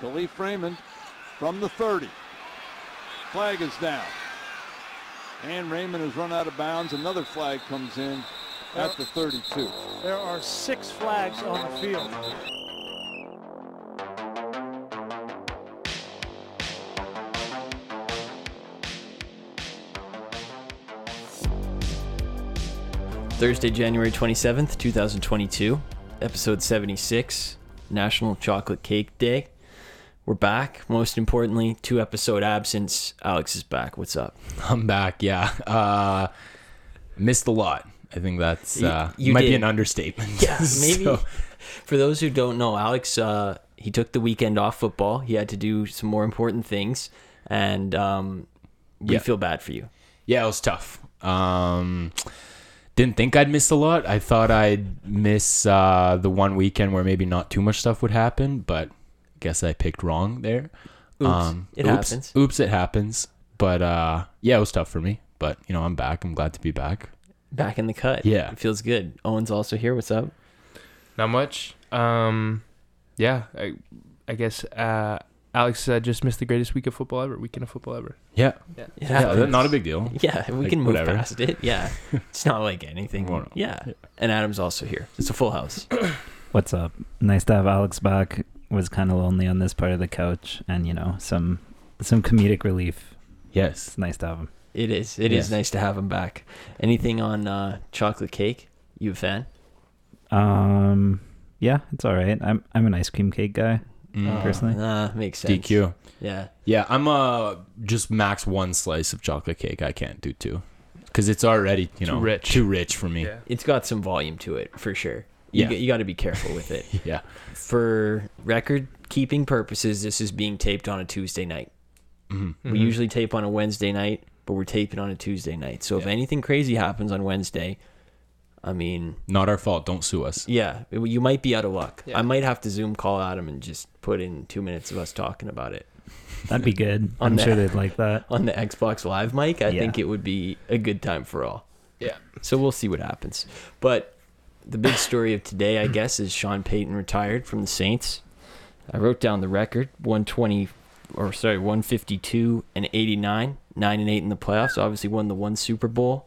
Khalif Raymond from the 30. Flag is down. And Raymond has run out of bounds. Another flag comes in at the 32. There are six flags on the field. Thursday, January 27th, 2022, episode 76, National Chocolate Cake Day. We're back. Most importantly, two episode absence. Alex is back. What's up? I'm back. Yeah. Uh, missed a lot. I think that's You- uh, you might be did. an understatement. Yeah, maybe. So, For those who don't know, Alex, uh, he took the weekend off football. He had to do some more important things, and um, we Yeah. feel bad for you. yeah, it was tough. Um, didn't think I'd miss a lot. I thought I'd miss uh, the one weekend where maybe not too much stuff would happen, but guess I picked wrong there. Oops, Um, it happens. Oops, it happens. But uh, yeah, it was tough for me. But you know, I'm back. I'm glad to be back. Back in the cut. Yeah. It feels good. Owen's also here. What's up? Not much. Um, yeah, I, I guess uh, Alex uh, just missed the greatest week of football ever. Weekend of football ever. Yeah, Yeah. It yeah, happens. not a big deal. Yeah, we Like, can move whatever. past it. Yeah, it's not like anything. Well, no. Yeah. and Adam's also here. It's a full house. What's up? Nice to have Alex back. Was kind of lonely on this part of the couch, and you know some some comedic relief. Yes. It's nice to have him. It is. It is Yes. nice to have him back. Anything on uh, chocolate cake? You a fan? Um, yeah, it's all right. I'm I'm an ice cream cake guy. Mm. Personally? uh, makes sense. DQ. Yeah, Yeah, I'm uh just max one slice of chocolate cake. I can't do two, because it's already you Too know rich. too rich for me. Yeah, it's got some volume to it for sure. You, Yeah. g- you got to be careful with it. For record keeping purposes, this is being taped on a Tuesday night. Mhm. We Mhm. usually tape on a Wednesday night, but we're taping on a Tuesday night. So if Yeah. anything crazy happens on Wednesday, I mean, not our fault. Don't sue us. Yeah, it- you might be out of luck. Yeah. I might have to Zoom call Adam and just put in two minutes of us talking about it That'd be good. On I'm sure the- they'd like that. on the Xbox Live mic. I Yeah. think it would be a good time for all. Yeah. So we'll see what happens. But the big story of today, I guess, is Sean Payton retired from the Saints. I wrote down the record 120 or sorry, 152 and 89, 9 and 8 in the playoffs. Obviously won the one Super Bowl.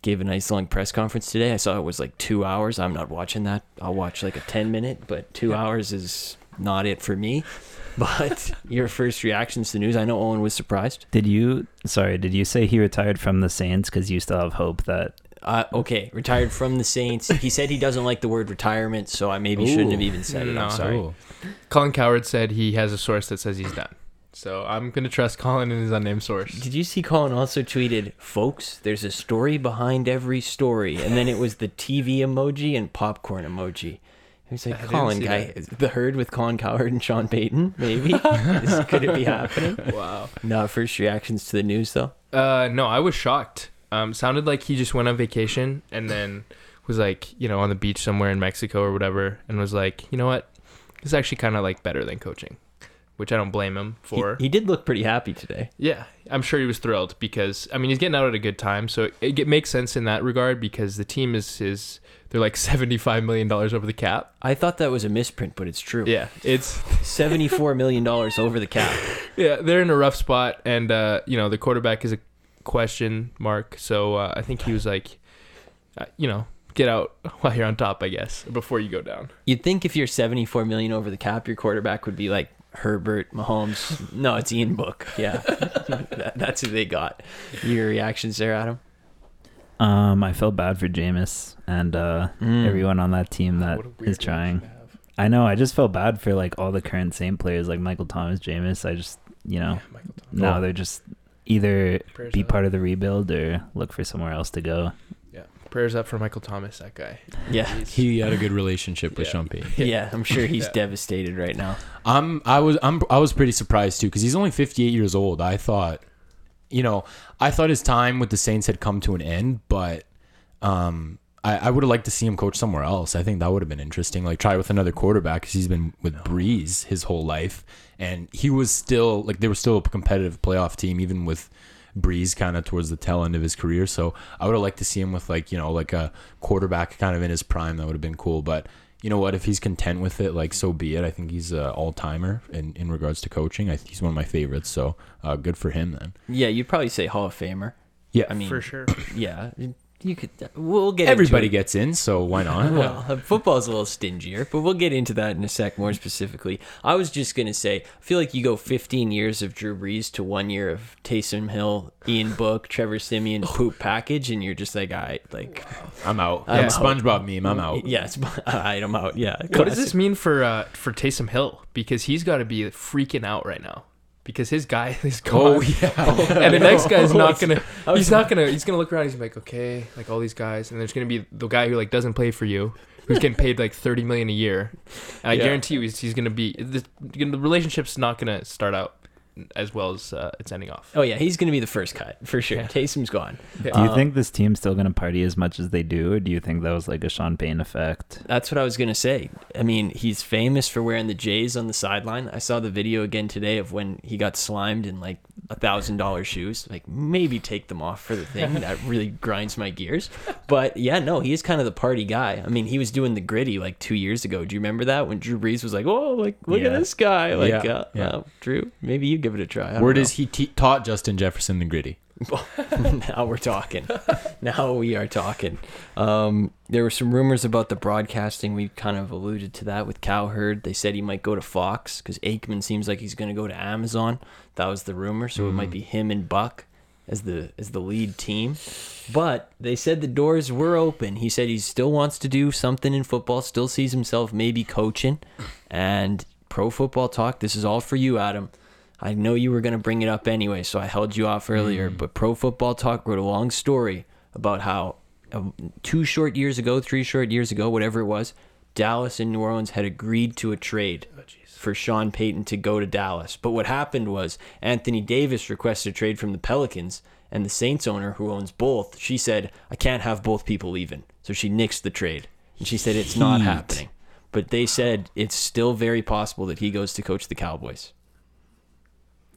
Gave a nice long press conference today. I saw it was like 2 hours. I'm not watching that. I'll watch like a 10 minute, but 2 hours is not it for me. But your first reactions to the news, I know Owen was surprised. Did you? Sorry, did you say he retired from the Saints because you still have hope that? Uh, okay, retired from the Saints. He said he doesn't like the word retirement, so I maybe shouldn't have Ooh. even said it. No. I'm sorry. Ooh. Colin Coward said he has a source that says he's done. So I'm gonna trust Colin and his unnamed source. Did you see Colin also tweeted, folks, there's a story behind every story. And then it was the TV emoji and popcorn emoji. He was like, I didn't Colin, see guy, that. is the herd with Colin Cowherd and Sean Payton, maybe? Is- could it be happening? Wow. No, first reactions to the news, though. Uh, no, I was shocked. Um, sounded like he just went on vacation and then was like, you know, on the beach somewhere in Mexico or whatever, and was like, you know what, this is actually kind of like better than coaching, which I don't blame him He, for. he did look pretty happy today. Yeah, I'm sure he was thrilled because I mean he's getting out at a good time, so it, it makes sense in that regard because the team is is they're like 75 million dollars over the cap. I thought that was a misprint, but it's true. Yeah, it's $74 million over the cap. yeah they're in a rough spot, and uh, you know the quarterback is a question mark. So uh, I think he was like, uh, you know, get out while you're on top, I guess, before you go down. You'd think if you're 74 million over the cap, your quarterback would be like Herbert, Mahomes. No, it's Ian Book. Yeah, That- that's who they got. Your reactions there, Adam? Um, I felt bad for Jameis and uh, Mm. everyone on that team that What a weird is trying. reaction to have. I know. I just felt bad for like all the current Saint players, like Michael Thomas, Jameis. I just, you know, Yeah, Michael Thomas. now they're just either Prayers be up. part of the rebuild or look for somewhere else to go. Prayers up for Michael Thomas, that guy. Yeah, He had a good relationship with Yeah. Sean Payton. yeah. I'm sure he's Yeah. devastated right now. I'm I was I'm I was pretty surprised too because he's only 58 years old. I thought, you know, I thought his time with the Saints had come to an end, but um, I, I would have liked to see him coach somewhere else. I think that would have been interesting. Like try with another quarterback because he's been with Breeze his whole life, and he was still like they were still a competitive playoff team even with Breeze kind of towards the tail end of his career. So I would have liked to see him with like you know like a quarterback kind of in his prime. That would have been cool. But you know what? If he's content with it, like so be it. I think he's an all timer in in regards to coaching. I think he's one of my favorites. So uh, good for him then. Yeah, you'd probably say Hall of Famer. Yeah, I mean, for sure. yeah, you could. We'll get into everybody it. gets in, so why not? well, uh, football's a little stingier, but we'll get into that in a sec more specifically. I was just going to say, I feel like you go 15 years of Drew Brees to one year of Taysom Hill, Ian Book, Trevor Simeon, poop package, and you're just like, all right, like, I'm out. I'm yeah, out. SpongeBob meme. I'm out. yes, all right, I'm out. Yeah. What does this mean for uh, for Taysom Hill? Because he's got to be freaking out right now. Because his guy is gone. Oh yeah. and the next guy's not gonna. was- He's not gonna. He's gonna look around. He's like, okay, like all these guys, and there's gonna be the guy who like doesn't play for you, who's getting paid like thirty million a year. And I Yeah. guarantee you, he's, he's gonna be. The, the relationship's not gonna start out as well as uh, it's ending off. Oh, yeah, he's going to be the first cut for sure. Yeah. Taysom's gone. Uh, Do Uh, you think this team's still going to party as much as they do, or do you think that was like a Sean Payne effect? That's what I was gonna say. I mean, he's famous for wearing the J's on the sideline. I saw the video again today of when he got slimed in like a thousand dollar shoes. Like maybe take them off for the thing that really grinds my gears. But yeah, no, he is kind of the party guy. I mean, he was doing the gritty like two years ago. Do you remember that when Drew Brees was like, "Oh, like look Yeah. at this guy, like Yeah, uh, yeah. uh, Drew, maybe you give it a try." I don't Where know. does he te- taught Justin Jefferson the gritty? now we're talking. now we are talking. Um, there were some rumors about the broadcasting. We kind of alluded to that with Cowherd. They said he might go to Fox because Aikman seems like he's going to go to Amazon. That was the rumor. So it might be him and Buck as the as the lead team. But they said the doors were open. He said he still wants to do something in football. Still sees himself maybe coaching. And pro football talk. This is all for you, Adam. I know you were going to bring it up anyway, so I held you off earlier. But Pro Football Talk wrote a long story about how um, two short years ago, three short years ago, whatever it was, Dallas and New Orleans had agreed to a trade for Sean Payton to go to Dallas. But what happened was Anthony Davis requested a trade from the Pelicans, and the Saints owner, who owns both, she said, I can't have both people leaving. So she nixed the trade. And she said, It's not Heat. happening. But they said it's still very possible that he goes to coach the Cowboys.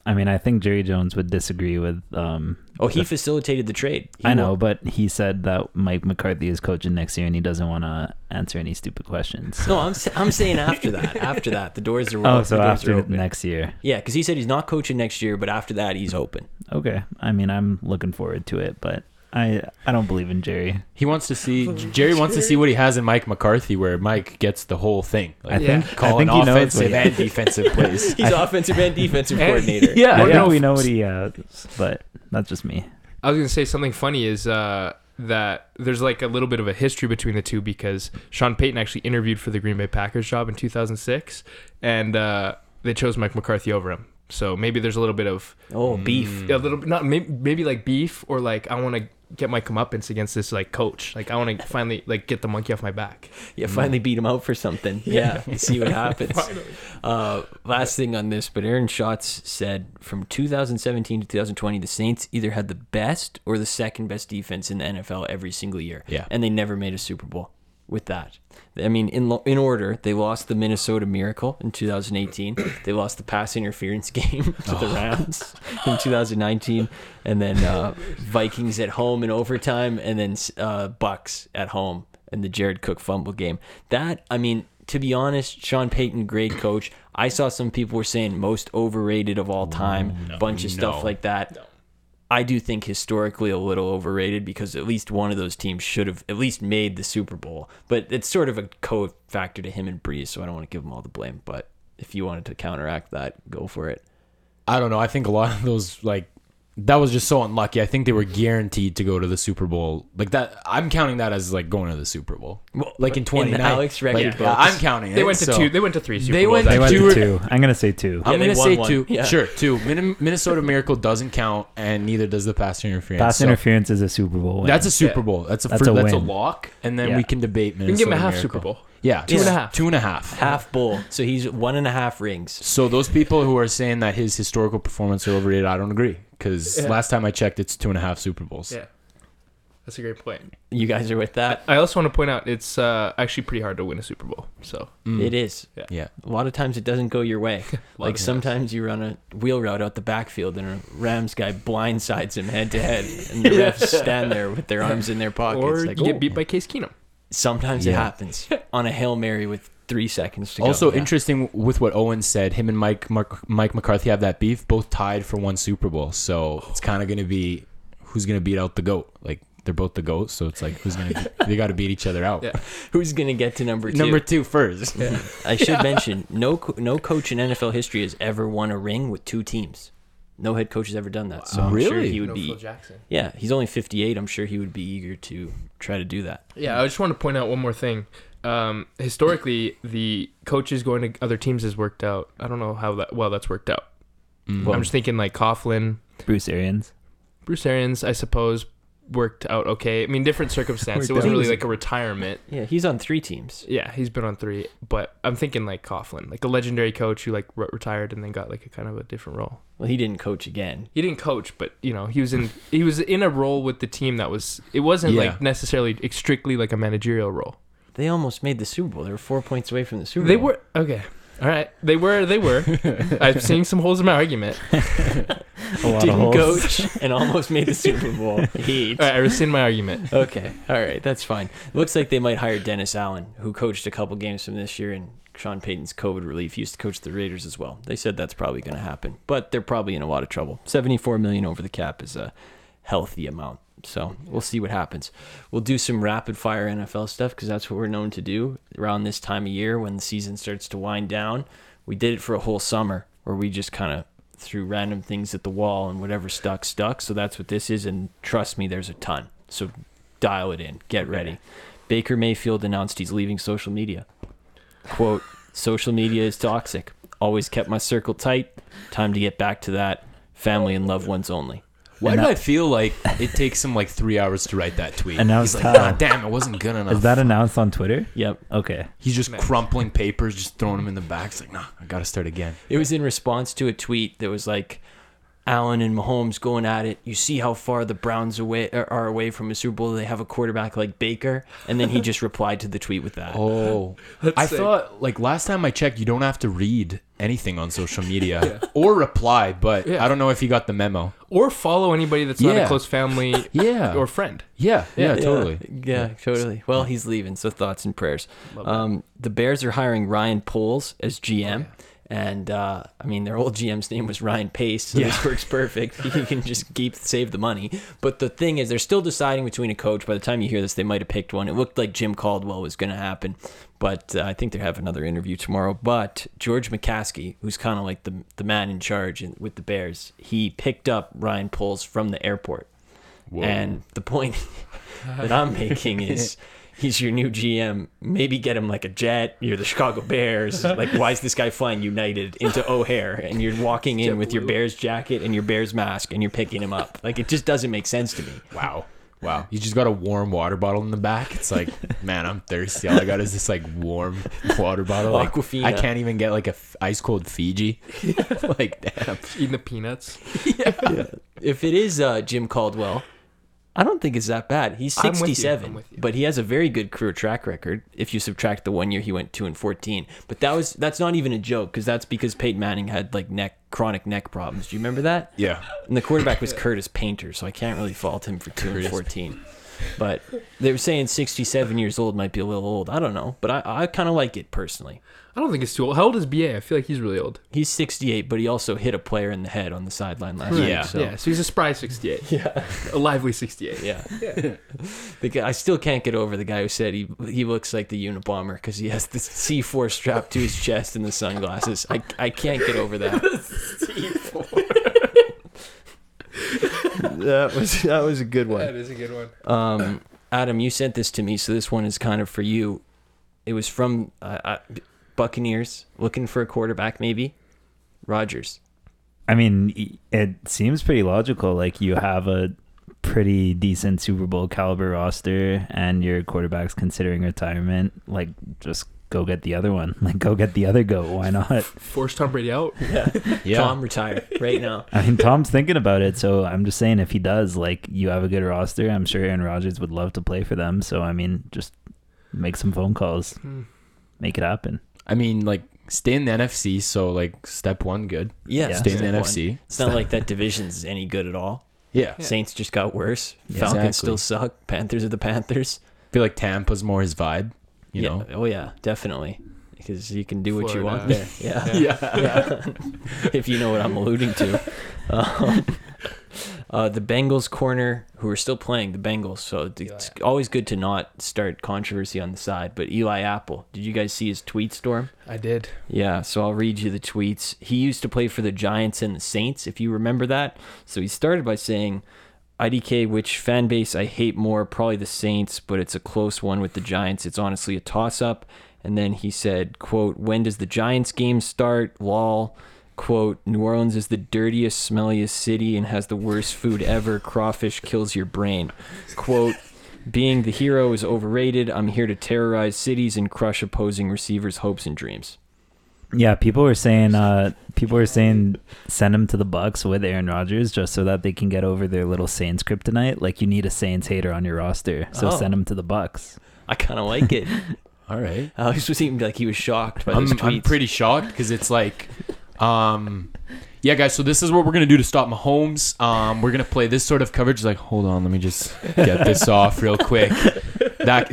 I mean, I think Jerry Jones would disagree with. Um, Oh, he facilitated the trade. He I know, wa- but he said that Mike McCarthy is coaching next year, and he doesn't want to answer any stupid questions. No, I'm s- I'm saying after that. After that, the doors are open. Oh, so the doors are after open. next year. Yeah, because he said he's not coaching next year, but after that, he's open. Okay. I mean, I'm looking forward to it, but I I don't believe in Jerry. He wants to see Jerry wants to see what he has in Mike McCarthy, where Mike gets the whole thing. I Like, Yeah. think call I think an he knows offensive what he- and defensive plays. He's offensive and defensive coordinator. yeah, I What think if- we know what he uh, has, but that's just me. I was gonna say something funny is uh, that there's like a little bit of a history between the two because Sean Payton actually interviewed for the Green Bay Packers job in 2006, and uh, they chose Mike McCarthy over him. So maybe there's a little bit of Oh, Hmm. beef. a little bit not maybe, maybe like beef or like I want to get my comeuppance against this like coach. Like I want to finally like get the monkey off my back. Yeah, finally beat him out for something. Yeah, and see what happens. Uh, last thing on this, but Aaron Schatz said from 2017 to 2020, the Saints either had the best or the second best defense in the NFL every single year. Yeah. And they never made a Super Bowl with that. I mean, in, lo- in order, they lost the Minnesota Miracle in 2018. they lost the pass interference game to Oh. the Rams in 2019. And then uh, Vikings at home in overtime. And then uh, Bucks at home in the Jared Cook fumble game. That, I mean, to be honest, Sean Payton, great coach. I saw some people were saying most overrated of all time, bunch of stuff no. like that. I do think historically a little overrated because at least one of those teams should have at least made the Super Bowl. But it's sort of a co factor to him and Breeze, so I don't want to give him all the blame. But if you wanted to counteract that, go for it. I don't know. I think a lot of those like that was just so unlucky. I think they were guaranteed to go to the Super Bowl. Like that, I'm counting that as like going to the Super Bowl. Well, like in in 29, the Alex record like, books. I'm counting. They it, went to so- two. They went to three. Super They Bowls, went I They to think. went Two to or- two. I'm gonna say two. I'm they gonna won say one. two. Yeah. Sure, two. Min- Minnesota Miracle doesn't count, and neither does the pass interference. Pass So interference is a Super Bowl win. That's a Super Yeah. Bowl. That's a That's fir- a that's a win. lock, and then Yeah. we can debate Minnesota. can give him a half Miracle. Super Bowl. Yeah, Two and a yeah. half. Two and a half. Half bowl. So he's one and a half rings. So those people who are saying that his historical performance are overrated, I don't agree. Because Yeah. last time I checked, it's two and a half Super Bowls. Yeah. That's a great point. You guys are with that. I also want to point out it's uh, actually pretty hard to win a Super Bowl. So Mm. It is. Yeah. A lot of times it doesn't go your way. lot like of sometimes you run a wheel route out the backfield and a Rams guy blindsides him head to head, and the refs stand there with their arms in their pockets. or like, you "Oh." get beat by Case Keenum. Sometimes it Yeah. happens on a hail mary with three seconds to Also go. interesting with what Owen said. Him and Mike Mark, Mike McCarthy have that beef, both tied for one Super Bowl. So it's kind of going to be who's going to beat out the goat. Like they're both the goat, so it's like who's going to they got to beat each other out. Yeah. Who's gonna get to number two? Number two first. I should mention no co- no coach in NFL history has ever won a ring with two teams. No head coach has ever done that. So I'm sure Really? he would No be. Phil Jackson. Yeah, he's only 58. I'm sure he would be eager to try to do that. Yeah, I just want to point out one more thing. Um, historically, the coaches going to other teams has worked out. I don't know how that well that's worked out. Well- Mm. I'm just thinking like Coughlin, Bruce Arians. Bruce Arians, I suppose, worked out okay. I mean, different circumstance. it Worked wasn't out. really like a retirement. Yeah, he's on three teams. Yeah, he's been on three, but I'm thinking like Coughlin, like a legendary coach who like re- retired and then got like a kind of a different role. Well, he didn't coach again. He didn't coach, but you know he was in he was in a role with the team that was it wasn't Yeah. like necessarily strictly like a managerial role. They almost made the Super Bowl. They were four points away from the Super They Bowl. were okay. All right, they were. They were. I'm seeing some holes in my argument. A lot of didn't holes. coach and almost made the Super Bowl. Heat. All right, I rescind my argument. Okay, all right, that's fine. Looks like they might hire Dennis Allen, who coached a couple games from this year, and Sean Payton's COVID relief. He used to coach the Raiders as well. They said that's probably going to happen, but they're probably in a lot of trouble. Seventy-four million over the cap is a healthy amount, so we'll see what happens. We'll do some rapid-fire NFL stuff because that's what we're known to do around this time of year when the season starts to wind down. We did it for a whole summer where we just kind of threw random things at the wall and whatever stuck stuck. So that's what this is, and trust me, there's a ton. So dial it in. Get ready. Baker Mayfield announced he's leaving social media. Quote, social media is toxic. Always kept my circle tight. Time to get back to that. Family and loved ones only. Why And do that- I feel like it takes him like three hours to write that tweet? And now he's it's like, Kyle. God damn, it wasn't good enough. Is that announced on Twitter? Yep. Okay. he's just crumpling papers, just throwing them in the back. It's like, nah, I got to start again. It was in response to a tweet that was like, Allen and Mahomes going at it. You see how far the Browns away are are away from a Super Bowl. They have a quarterback like Baker, and then he just replied to the tweet with that. Oh, I sick. thought like last time I checked, you don't have to read anything on social media or reply. But Yeah. I don't know if you got the memo. Or follow anybody that's not a Yeah. close family Yeah. or friend. Yeah, yeah, totally. Yeah, totally. Well, he's leaving, so thoughts and prayers. Um, the Bears are hiring Ryan Poles as GM. And uh, I mean, their old GM's name was Ryan Pace, so this works perfect. He can just keep save the money. But the thing is, they're still deciding between a coach. By the time you hear this, they might have picked one. It looked like Jim Caldwell was going to happen, but uh, I think they have another interview tomorrow. But George McCaskey, who's kind of like the the man in charge in, with the Bears, he picked up Ryan Poles from the airport. And the point that I'm making is he's your new GM. Maybe get him like a jet. You're the Chicago Bears. Like, why is this guy flying United into O'Hare? And you're walking in with your Bears jacket and your Bears mask and you're picking him up. Like, it just doesn't make sense to me. Wow. Wow. You just got a warm water bottle in the back. It's like, man, I'm thirsty. All I got is this like warm water bottle. Like, Aquafina. I can't even get like a f- ice cold Fiji. like, damn. Eating the peanuts. If it is uh, Jim Caldwell, I don't think it's that bad. He's I'm with you. I'm 67, with you. but he has a very good career track record. If you subtract the one year he went two and 14, but that was that's not even a joke because that's because Peyton Manning had like neck chronic neck problems. Do you remember that? Yeah. And the quarterback was Curtis Painter, so I can't really fault him for 2 and 14. But they were saying 67 years old might be a little old. I don't know, but I, I kind of like it personally. I don't think it's too old. How old is BA? I feel like he's really old. He's 68, but he also hit a player in the head on the sideline last Right. year. Hmm. Yeah. So, Yeah, so he's a spry 68. Yeah. A lively 68. yeah. The guy, I still can't get over the guy who said he he looks like the Unabomber because he has the C4 strapped to his chest and the sunglasses. I, I can't get over that. that was that was a good one. is a good one. Um, Adam, you sent this to me, so this one is kind of for you. It was from uh, uh, Buccaneers looking for a quarterback, maybe Rogers. I mean, y- it seems pretty logical. Like you have a pretty decent Super Bowl caliber roster, and your quarterback's considering retirement. Like, just go get the other one. Like, go get the other goat. Why not? Force Tom Brady out. Yeah. Tom, retire right now. I mean, Tom's thinking about it, so I'm just saying if he does, like, you have a good roster. I'm sure Aaron Rodgers would love to play for them. So, I mean, just make some phone calls, Hmm. make it happen. I mean, like stay in the NFC. So like step one, good. Yeah, Yeah. Stay in step the one. NFC. It's not like that division's any good at all. Yeah. Saints just got worse. Yeah. Falcons Exactly. still suck. Panthers are the Panthers. I feel like Tampa's more his vibe. You yeah. know. Oh yeah, definitely. Because you can do what you want Florida. there. Yeah. Yeah. if you know what I'm alluding to. Um, uh, the Bengals corner, who are still playing the Bengals, so it's always good to not start controversy on the side. But Eli Apple, did you guys see his tweet storm? I did. Yeah, so I'll read you the tweets. He used to play for the Giants and the Saints, if you remember that. So he started by saying, IDK, which fan base I hate more, probably the Saints, but it's a close one with the Giants. It's honestly a toss up. And then he said, quote, when does the Giants game start? Lol. Quote, New Orleans is the dirtiest, smelliest city and has the worst food ever. Crawfish kills your brain. Quote, being the hero is overrated. I'm here to terrorize cities and crush opposing receivers' hopes and dreams. Yeah, people were saying, uh, people were saying, send him to the Bucks with Aaron Rodgers just so that they can get over their little Saints kryptonite. Like, you need a Saints hater on your roster, so Oh. send him to the Bucks. I kind of like it. All right. Alex was even like he was shocked by I'm, those tweets. I'm pretty shocked because it's like, um, yeah, guys. So this is what we're gonna do to stop Mahomes. Um, we're gonna play this sort of coverage. Like, hold on, let me just get this off real quick. That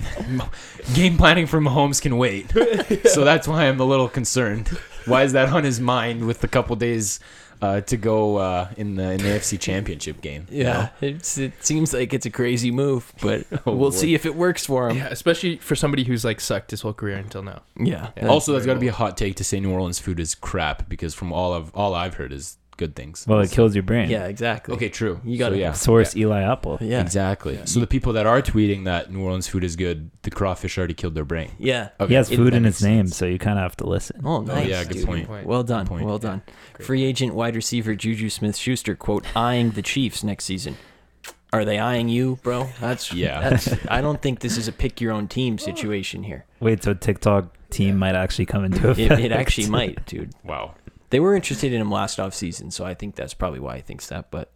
game planning for Mahomes can wait. So that's why I'm a little concerned. Why is that on his mind with the couple days uh, to go uh, in the in the AFC Championship game? you know? yeah, it's, it seems like it's a crazy move, but Oh, we'll boy. see if it works for him. Yeah, especially for somebody who's like sucked his whole career until now. Yeah. Yeah. Also, that's got to be a hot take to say New Orleans food is crap because from all of all I've heard is good things. Well, it kills your brain. yeah, exactly. Okay, true. You gotta- yeah. Source Eli Apple. Yeah. Exactly. So the people that are tweeting that New Orleans food is good, the crawfish already killed their brain. Yeah. Okay. He has It- food that in makes his name, so you kind of have to listen. Oh, nice. yeah, good dude. point. Well done. Good point. Well done. Free agent wide receiver Juju Smith Schuster, quote, eyeing the Chiefs next season. Are they eyeing you, bro? That's Yeah. That's, I don't think this is a pick your own team situation here. Wait, so TikTok team might actually come into It, effect. it actually might, dude. Wow. They were interested in him last offseason, so I think that's probably why he thinks that, but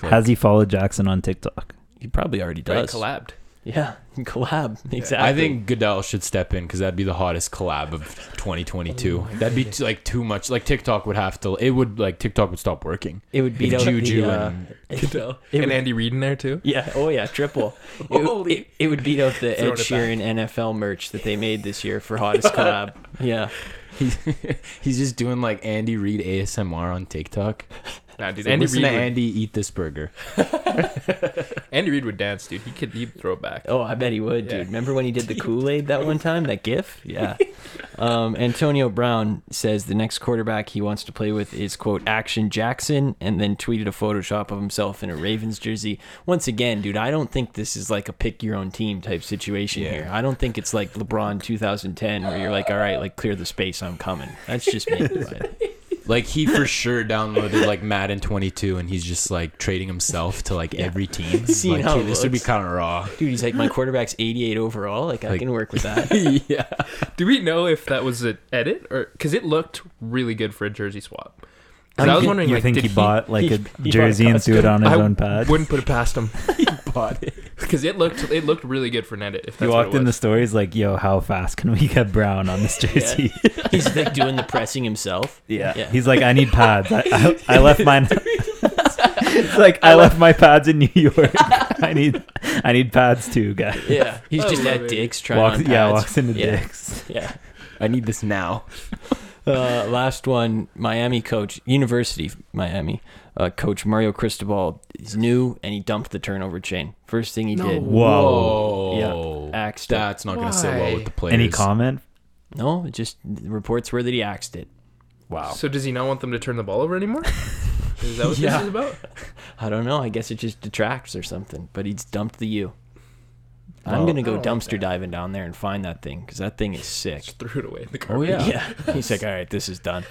Has he followed Jackson on TikTok? he probably already Right, does. collabed. Yeah, collab. Exactly. I think Goodell should step in because that'd be the hottest collab of 2022. that'd be t- like too much. Like TikTok would have to. It would like TikTok would stop working. it would beat If out Juju the, uh, and it And would- Andy Reid in there too. yeah. Oh yeah. Triple. It, would- it, it would beat out the Ed Throwing it back. Sheeran NFL merch that they made this year for hottest collab. Yeah. he's, he's just doing like Andy Reid ASMR on TikTok. Nah, dude. Like, Andy listen Reid. Would, to Andy eat this burger. Andy Reid would dance, dude. He could. He'd throw it back. Oh, I bet he would, Yeah. dude. Remember when he did the Kool Aid that one time? That GIF? Yeah. Um, Antonio Brown says the next quarterback he wants to play with is quote Action Jackson, and then tweeted a Photoshop of himself in a Ravens jersey. Once again, dude, I don't think this is like a pick your own team type situation here. I don't think it's like LeBron 2010 where you're like, all right, like clear the space, I'm coming. That's just me. but- Like he for sure downloaded like Madden 22 and he's just like trading himself to like every team. Seeing Like, how it hey, this would be looks. kind of raw. Dude, he's like my quarterback's 88 overall. Like, I Like- can work with that. yeah. Do we know if that was an edit or because it looked really good for a jersey swap? 'Cause I was wondering, you like, think did he bought like he- a he bought a jersey and threw it on his I own pad? Wouldn't put it past him. because it looked it looked really good for an edit. If He that's walked what it in the was. stories like, "Yo, how fast can we get Brown on this jersey?" He's like doing the pressing himself. Yeah. Yeah. He's like, I need pads. I, I, I left mine. it's like I left my pads in New York. I need I need pads too, guy. Yeah, he's I just love at it. Dick's trying Walks, on pads. yeah, walks into Yeah. dicks. Yeah. I need this now. Uh, last one, Miami coach, University of Miami uh, coach Mario Cristobal is new and he dumped the turnover chain. First thing he did. Whoa. Yeah. Axed it. That's not going to sit well Why? with the players. Any comment? No, it just the reports were that he axed it. Wow. So does he not want them to turn the ball over anymore? Is that what Yeah. this is about? I don't know. I guess it just detracts or something, but he's dumped the U. I'm Oh. going to go I don't like dumpster diving down there and find that thing because that thing is sick. Just threw it away in the Oh garbage. yeah. Yeah. He's like, all right, this is done.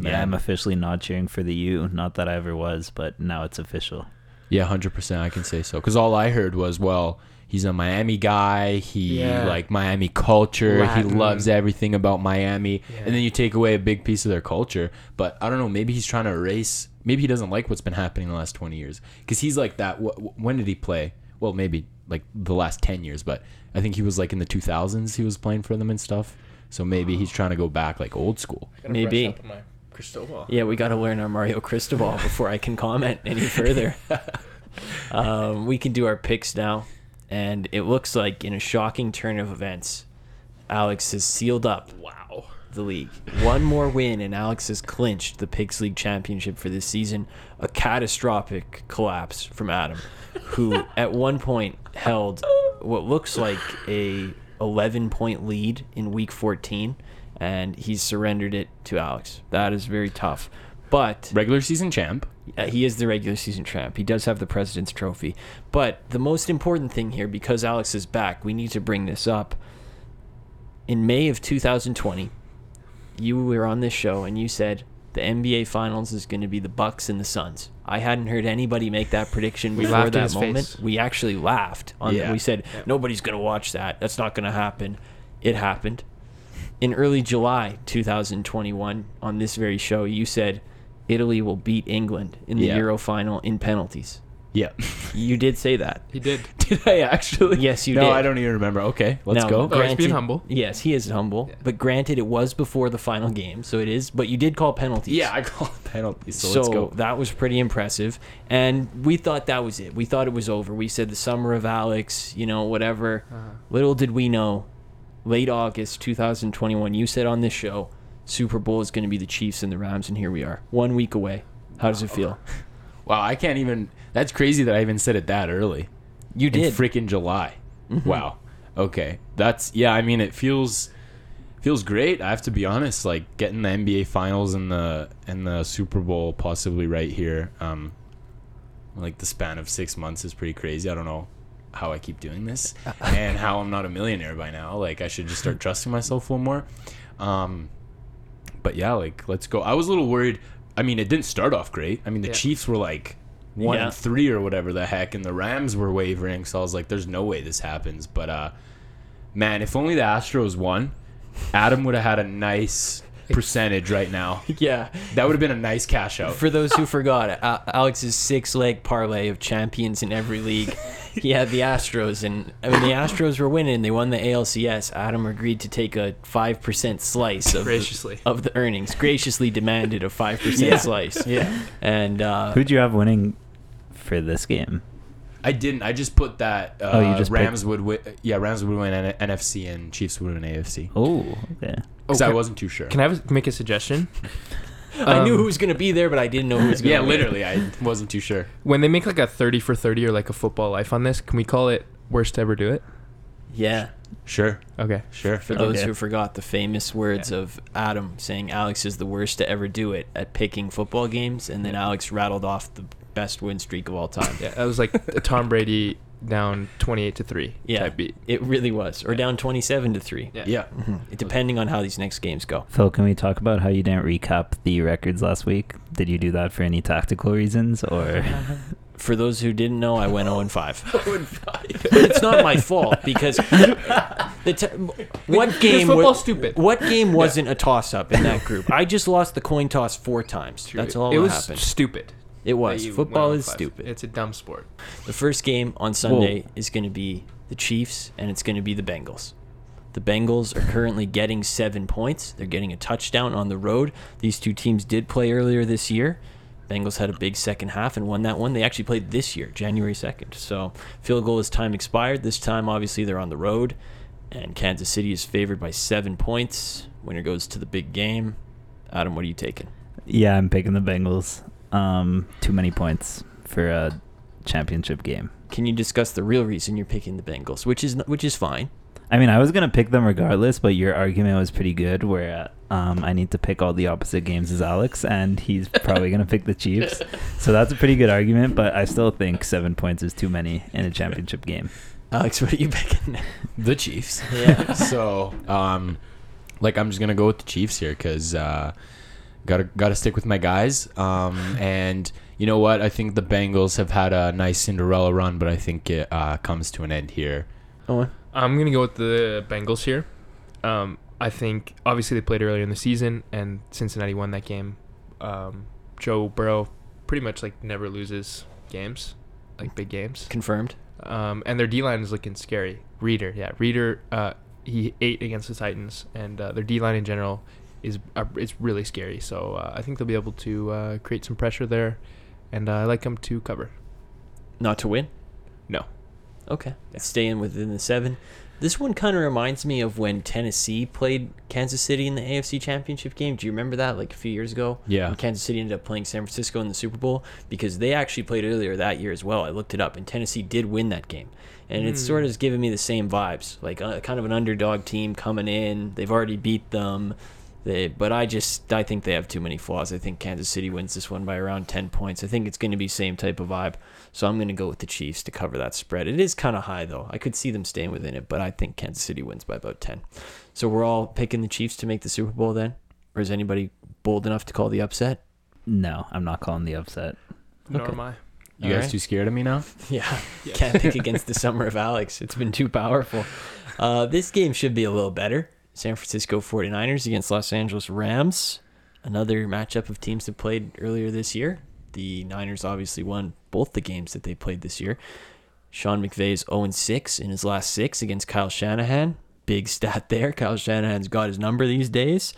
Yeah, I'm officially not cheering for the U. Not that I ever was, but now it's official. Yeah, 100% I can say so cuz all I heard was well, he's a Miami guy. He Yeah. like Miami culture. He Latin. loves everything about Miami. Yeah. And then you take away a big piece of their culture. But I don't know. Maybe he's trying to erase. Maybe he doesn't like what's been happening the last twenty years because he's like that. Wh- wh- When did he play? Well, maybe like the last ten years, but I think he was like in the two thousands. He was playing for them and stuff. So maybe he's trying to go back like old school. Maybe. Yeah, we got to learn our Mario Cristobal before I can comment any further. um, we can do our picks now. And it looks like, in a shocking turn of events, Alex has sealed up Wow. the league. One more win, and Alex has clinched the Pigs League championship for this season. A catastrophic collapse from Adam, who at one point held what looks like a 11 point lead in week 14, and he's surrendered it to Alex. That is very tough. But Regular season champ. uh, he is the regular season champ. He does have the President's Trophy. But the most important thing here, because Alex is back, we need to bring this up. In May of 2020, you were on this show and you said the NBA Finals is going to be the Bucks and the Suns. I hadn't heard anybody make that prediction We before laughed in that his moment. face. We actually laughed. On Yeah. We said nobody's going to watch that. That's not going to happen. It happened in early July 2021 on this very show, you said Italy will beat England in the Yeah. Euro final in penalties. Yeah. You did say that. He did. did I actually? Yes, you no, did. I don't even remember. Okay, let's Now, go. Oh, he's being humble. Yes, he is humble. But granted, it was before the final game, so it is. But you did call penalties. Yeah, I call it penalty. So, So, let's go. that was pretty impressive. And we thought that was it. We thought it was over. We said the summer of Alex, you know, whatever. Little did we know, late August 2021, you said on this show, Super Bowl is going to be the Chiefs and the Rams, and here we are, one week away. How does it feel? Wow, I can't even. That's crazy that I even said it that early. You in did. Mm-hmm. freaking July. Wow. Okay. That's yeah. I mean, it feels feels great. I have to be honest. Like getting the NBA Finals and the and the Super Bowl possibly right here. Um, like the span of six months is pretty crazy. I don't know how I keep doing this and how I'm not a millionaire by now. Like I should just start trusting myself a little more. Um, but yeah, like let's go. I was a little worried. I mean, it didn't start off great. I mean, the Yeah. Chiefs were like one Yeah. and three or whatever the heck, and the Rams were wavering. So I was like, "There's no way this happens." But uh, man, if only the Astros won, Adam would have had a nice percentage right now. yeah. That would have been a nice cash out. For those who forgot, A- Alex's six leg parlay of champions in every league. He had the Astros, and I mean, the Astros were winning. They won the ALCS. Adam agreed to take a 5% slice of Graciously. The, of the earnings, graciously demanded a 5% slice. Yeah, And uh, Who'd you have winning for this game? I didn't. I just put that. Uh, Oh, you just picked- Rams would win. Yeah, Rams would win N- NFC and Chiefs would win AFC. Oh, okay. Because Oh, I can- wasn't too sure. Can I have, make a suggestion? I knew Um, who was going to be there, but I didn't know who was going yeah, to be literally, I wasn't too sure. When they make like a 30 for 30 or like a football life on this, can we call it worst to ever do it? Yeah. Sure, Okay. sure. For those Okay. who forgot the famous words of Adam saying Alex is the worst to ever do it at picking football games, and then Alex rattled off the best win streak of all time. Yeah, that was like a Tom Brady down 28 to 3 Yeah, type beat. it really was, or down twenty-seven to three, Yeah. depending on how these next games go. Phil, can we talk about how you didn't recap the records last week? Did you do that for any tactical reasons or For those who didn't know, I went zero and five. But it's not my fault because the t- what game football's was stupid. What game wasn't a toss-up in that group? I just lost the coin toss four times. That's all It that was happened. stupid. it that was you football went oh is 1-5. stupid. It's a dumb sport. The first game on Sunday is going to be the Chiefs and it's going to be the Bengals. The Bengals are currently getting seven points. They're getting a touchdown on the road. These two teams did play earlier this year. Bengals had a big second half and won that one. They actually played this year, January 2nd. So field goal is time expired. This time, obviously, they're on the road. And Kansas City is favored by seven points. Winner goes to the big game. Adam, what are you taking? Yeah, I'm picking the Bengals. Um too many points for a championship game. Can you discuss the real reason you're picking the Bengals, which is which is fine. I mean, I was gonna pick them regardless, but your argument was pretty good. Where um, I need to pick all the opposite games as Alex, and he's probably gonna pick the Chiefs. So that's a pretty good argument, but I still think seven points is too many in a championship game. Alex, what are you picking? The Chiefs. Yeah. so, um, like I'm just gonna go with the Chiefs here because uh, gotta gotta stick with my guys. Um, and you know what? I think the Bengals have had a nice Cinderella run, but I think it uh, comes to an end here. Owen. I'm gonna go with the Bengals here. Um, I think obviously they played earlier in the season, and Cincinnati won that game. Um, Joe Burrow pretty much like never loses games, like big games. Confirmed. Um, and their D line is looking scary. Reader, yeah, Reader. Uh, he ate against the Titans, and uh, their D line in general is uh, it's really scary. So uh, I think they'll be able to uh, create some pressure there, and uh, I like them to cover. Not to win? No. Okay. Staying within the seven. This one kind of reminds me of when Tennessee played Kansas City in the AFC Championship game. Do you remember that, like a few years ago? Yeah. When Kansas City ended up playing San Francisco in the Super Bowl because they actually played earlier that year as well. I looked it up, and Tennessee did win that game. And it's sort of giving me the same vibes, like uh, kind of an underdog team coming in. They've already beat them. They, but I just I think they have too many flaws. I think Kansas City wins this one by around ten points. I think it's going to be same type of vibe. So I'm going to go with the Chiefs to cover that spread. It is kind of high though. I could see them staying within it, but I think Kansas City wins by about ten. So we're all picking the Chiefs to make the Super Bowl then, or is anybody bold enough to call the upset? No, I'm not calling the upset. Nor Okay. am I. You All guys right. too scared of me now? Yeah, can't pick against the summer of Alex. It's been too powerful. Uh, this game should be a little better. San Francisco 49ers against Los Angeles Rams. Another matchup of teams that played earlier this year. The Niners obviously won both the games that they played this year. Sean McVay's 0 6 in his last six against Kyle Shanahan. Big stat there. Kyle Shanahan's got his number these days.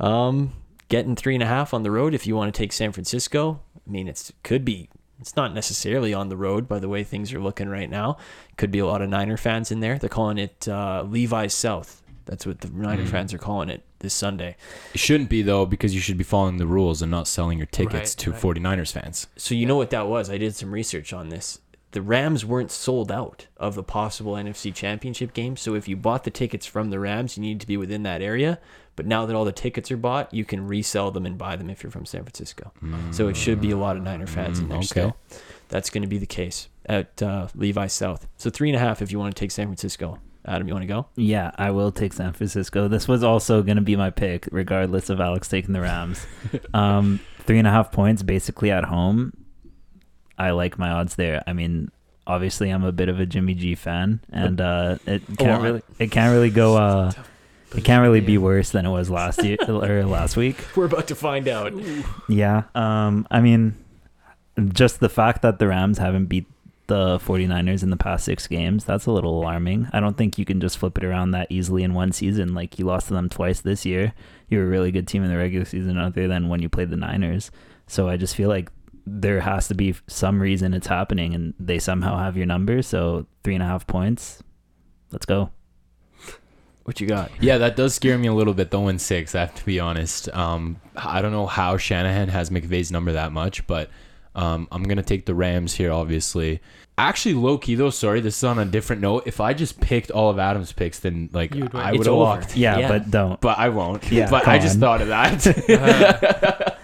Um, getting three and a half on the road if you want to take San Francisco. I mean, it's could be. It's not necessarily on the road by the way things are looking right now. Could be a lot of Niner fans in there. They're calling it uh, Levi's South. That's what the Niner fans are calling it this Sunday. It shouldn't be though, because you should be following the rules and not selling your tickets Right, to right. 49ers fans. So you know what that was? I did some research on this. The Rams weren't sold out of the possible NFC Championship game. So if you bought the tickets from the Rams, you need to be within that area. But now that all the tickets are bought, you can resell them and buy them if you're from San Francisco. So it should be a lot of Niner fans in there okay. still. That's going to be the case at uh, Levi South. So three and a half if you want to take San Francisco. Adam, you want to go? Yeah, I will take San Francisco. This was also going to be my pick, regardless of Alex taking the Rams. um, three and a half points, basically at home. I like my odds there. I mean, obviously, I'm a bit of a Jimmy G fan, and uh, it can't lot. really, it can't really go. Uh, it can't really be worse than it was last year or last week. We're about to find out. Yeah. Um, I mean, just the fact that the Rams haven't beat the 49ers in the past six games, that's a little alarming. I don't think you can just flip it around that easily in one season. Like, you lost to them twice this year. You were a really good team in the regular season, other than when you played the Niners. So I just feel like there has to be some reason it's happening, and they somehow have your number. So three and a half points. Let's go. What you got? Yeah, that does scare me a little bit though in six. I have to be honest. Um, I don't know how Shanahan has McVay's number that much, but um, I'm gonna take the Rams here, obviously. Actually, low key though. Sorry, this is on a different note. If I just picked all of Adam's picks, then like You'd win. I It's would have over. locked. Yeah, Yeah. but don't. But I won't. Yeah, but come I just on. thought of that.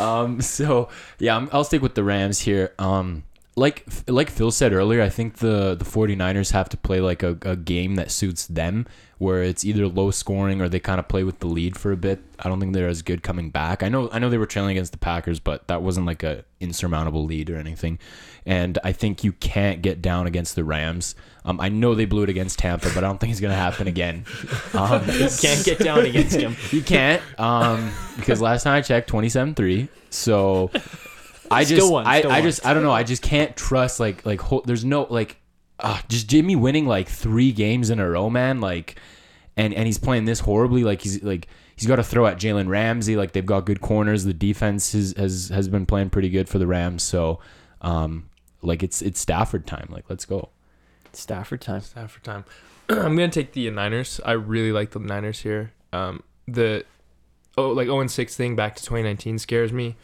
um, so yeah, I'm, I'll stick with the Rams here. Um, like like Phil said earlier, I think the the 49ers have to play like a, a game that suits them, where it's either low scoring or they kind of play with the lead for a bit. I don't think they're as good coming back. I know I know they were trailing against the Packers, but that wasn't like a insurmountable lead or anything. And I think you can't get down against the Rams. Um, I know they blew it against Tampa, but I don't think it's gonna happen again. Um, Can't get down against him. you can't, um, because last time I checked, twenty-seven three. So I Still just, won, I, still I won. just, I don't know. I just can't trust like, like whole, there's no like, uh, just Jimmy winning like three games in a row, man. Like, and and he's playing this horribly. Like he's like he's got to throw at Jalen Ramsey. Like they've got good corners. The defense has has has been playing pretty good for the Rams. So, um, like it's it's Stafford time. Like let's go. Stafford time. It's time for time. I'm gonna take the Niners. I really like the Niners here. Um, the oh like 0 and 6 thing back to 2019 scares me.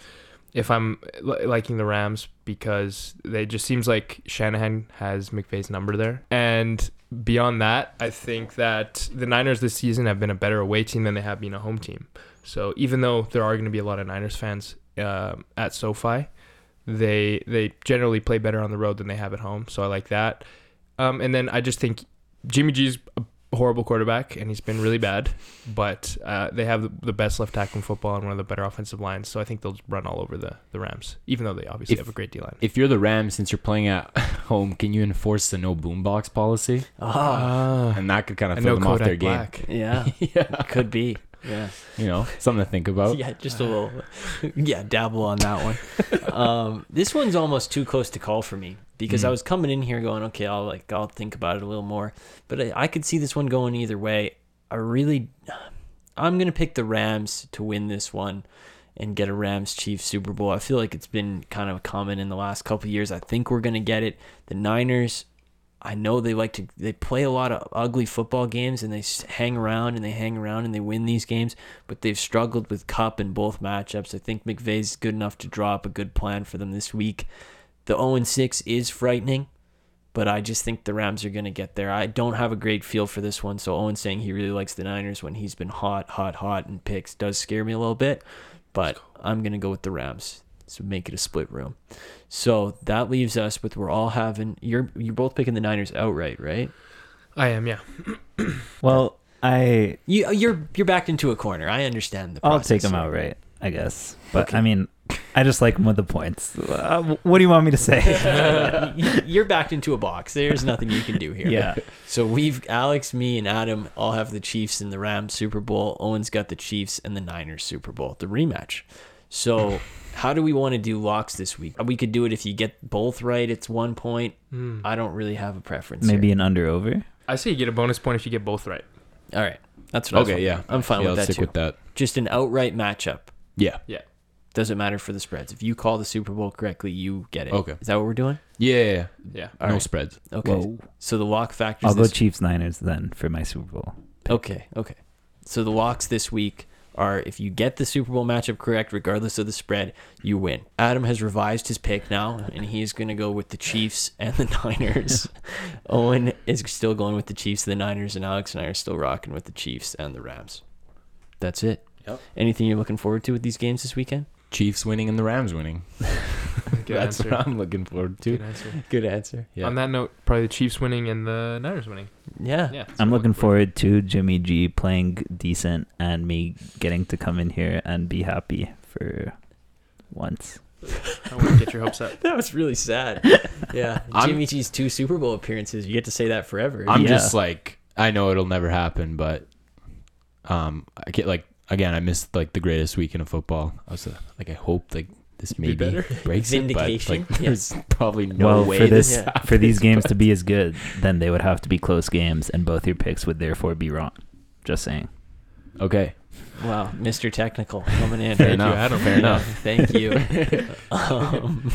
If I'm uh, li- liking the Rams because they just seems like Shanahan has McVay's number there. And beyond that, I think that the Niners this season have been a better away team than they have been a home team. So even though there are going to be a lot of Niners fans um at SoFi, they they generally play better on the road than they have at home. So I like that. Um, and then I just think Jimmy G's a a horrible quarterback and he's been really bad, but uh, they have the, the best left tackle in football and one of the better offensive lines. So I think they'll run all over the, the Rams, even though they obviously If- have a great D line. If you're the Rams, since you're playing at home, can you enforce the no boombox policy? Ah, And that could kind of and throw no them off Kodak their game. Black. yeah. yeah, Could be. Yeah. you know, something to think about. Yeah, just a little. Yeah, dabble on that one. um, this one's almost too close to call for me because I Mm. was coming in here going, okay, I'll like I'll think about it a little more, but I, I could see this one going either way. I really, I'm gonna pick the Rams to win this one and get a Rams Chiefs Super Bowl. I feel like it's been kind of common in the last couple years. I think we're gonna get it. The Niners. I know they like to they play a lot of ugly football games and they s- hang around and they hang around and they win these games, but they've struggled with Cup in both matchups. I think McVay's good enough to draw up a good plan for them this week. The 0 6 is frightening, but I just think the Rams are going to get there. I don't have a great feel for this one, so Owen saying he really likes the Niners when he's been hot, hot, hot in picks does scare me a little bit, but I'm going to go with the Rams. So make it a split room. So that leaves us with we're all having you're you're both picking the Niners outright, right? I am, yeah. Well, I You you're you're backed into a corner. I understand the I'll process. take them here. outright, I guess. But I mean, I just like them with the points. Uh, what do you want me to say? Y- you're backed into a box. There's nothing you can do here. yeah. So we've Alex, me, and Adam all have the Chiefs and the Rams Super Bowl. Owen's got the Chiefs and the Niners Super Bowl, the rematch. So how do we want to do locks this week? We could do it if you get both right. It's one point. Hmm. I don't really have a preference. Maybe here. an under over. I say you get a bonus point if you get both right. All right. That's what. I was Okay, hoping. yeah, I'm fine yeah, with let's that stick too. with that. Just an outright matchup. Yeah, Yeah. Doesn't matter for the spreads. If you call the Super Bowl correctly, you get it. Okay. Is that what we're doing? yeah, yeah, yeah. Yeah. All no right. spreads. Okay. Whoa. So the lock factors. I'll go this Chiefs Niners then for my Super Bowl. Okay, okay. So the locks this week are if you get the Super Bowl matchup correct, regardless of the spread, you win. Adam has revised his pick now, and he is going to go with the Chiefs and the Niners. Owen is still going with the Chiefs and the Niners, and Alex and I are still rocking with the Chiefs and the Rams. That's it. Yep. Anything you're looking forward to with these games this weekend? Chiefs winning and the Rams winning. That's what I'm looking forward to. Good answer. Good answer. Yeah. On that note, probably the Chiefs winning and the Niners winning. Yeah. Yeah. that's I'm what looking forward to Jimmy G playing decent and me getting to come in here and be happy for once. I wouldn't get your hopes up. That was really sad. Yeah. I'm- Jimmy G's two Super Bowl appearances. You get to say that forever. I'm Yeah. just like I know it'll never happen, but um, I get like again I missed like the greatest weekend of football. I was uh, like I hope like this maybe better. breaks Vindication, it, but like yeah. there's probably no well, way for this yeah. for these games to be as good, then they would have to be close games, and both your picks would therefore be wrong. Just saying. Okay, Wow, Mr. Technical coming in. Fair Thank enough, you, Adam. fair enough. Thank you. um,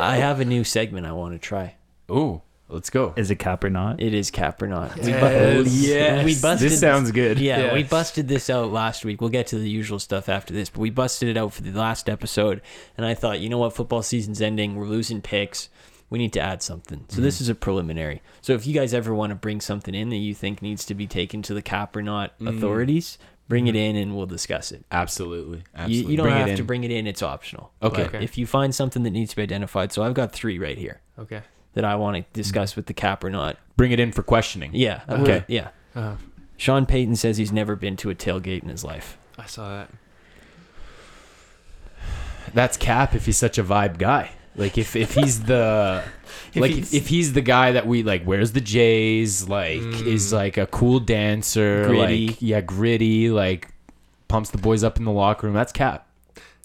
I have a new segment I want to try. ooh, let's go. Is it cap or not? It is cap or not. We bu- Yes. Yes. We busted this sounds good. Yeah, Yes. we busted this out last week. We'll get to the usual stuff after this, but we busted it out for the last episode. And I thought, you know what? Football season's ending. We're losing picks. We need to add something. So Mm-hmm. this is a preliminary. So if you guys ever want to bring something in that you think needs to be taken to the cap or not Mm. authorities, bring it in and we'll discuss it. Absolutely, Mm-hmm. absolutely. You, you don't Bring it have in. to bring it in. It's optional. Okay. But Okay. If you find something that needs to be identified, so I've got three right here Okay. that I want to discuss with the cap or not. bring it in for questioning. Yeah. I Okay. would- Yeah. Uh, Sean Payton says he's never been to a tailgate in his life. I saw that. That's Cap if he's such a vibe guy. Like if if he's the If like he's- if he's the guy that we like wears the J's, like Mm. is like a cool dancer, Gritty. like yeah, gritty, like pumps the boys up in the locker room. That's Cap.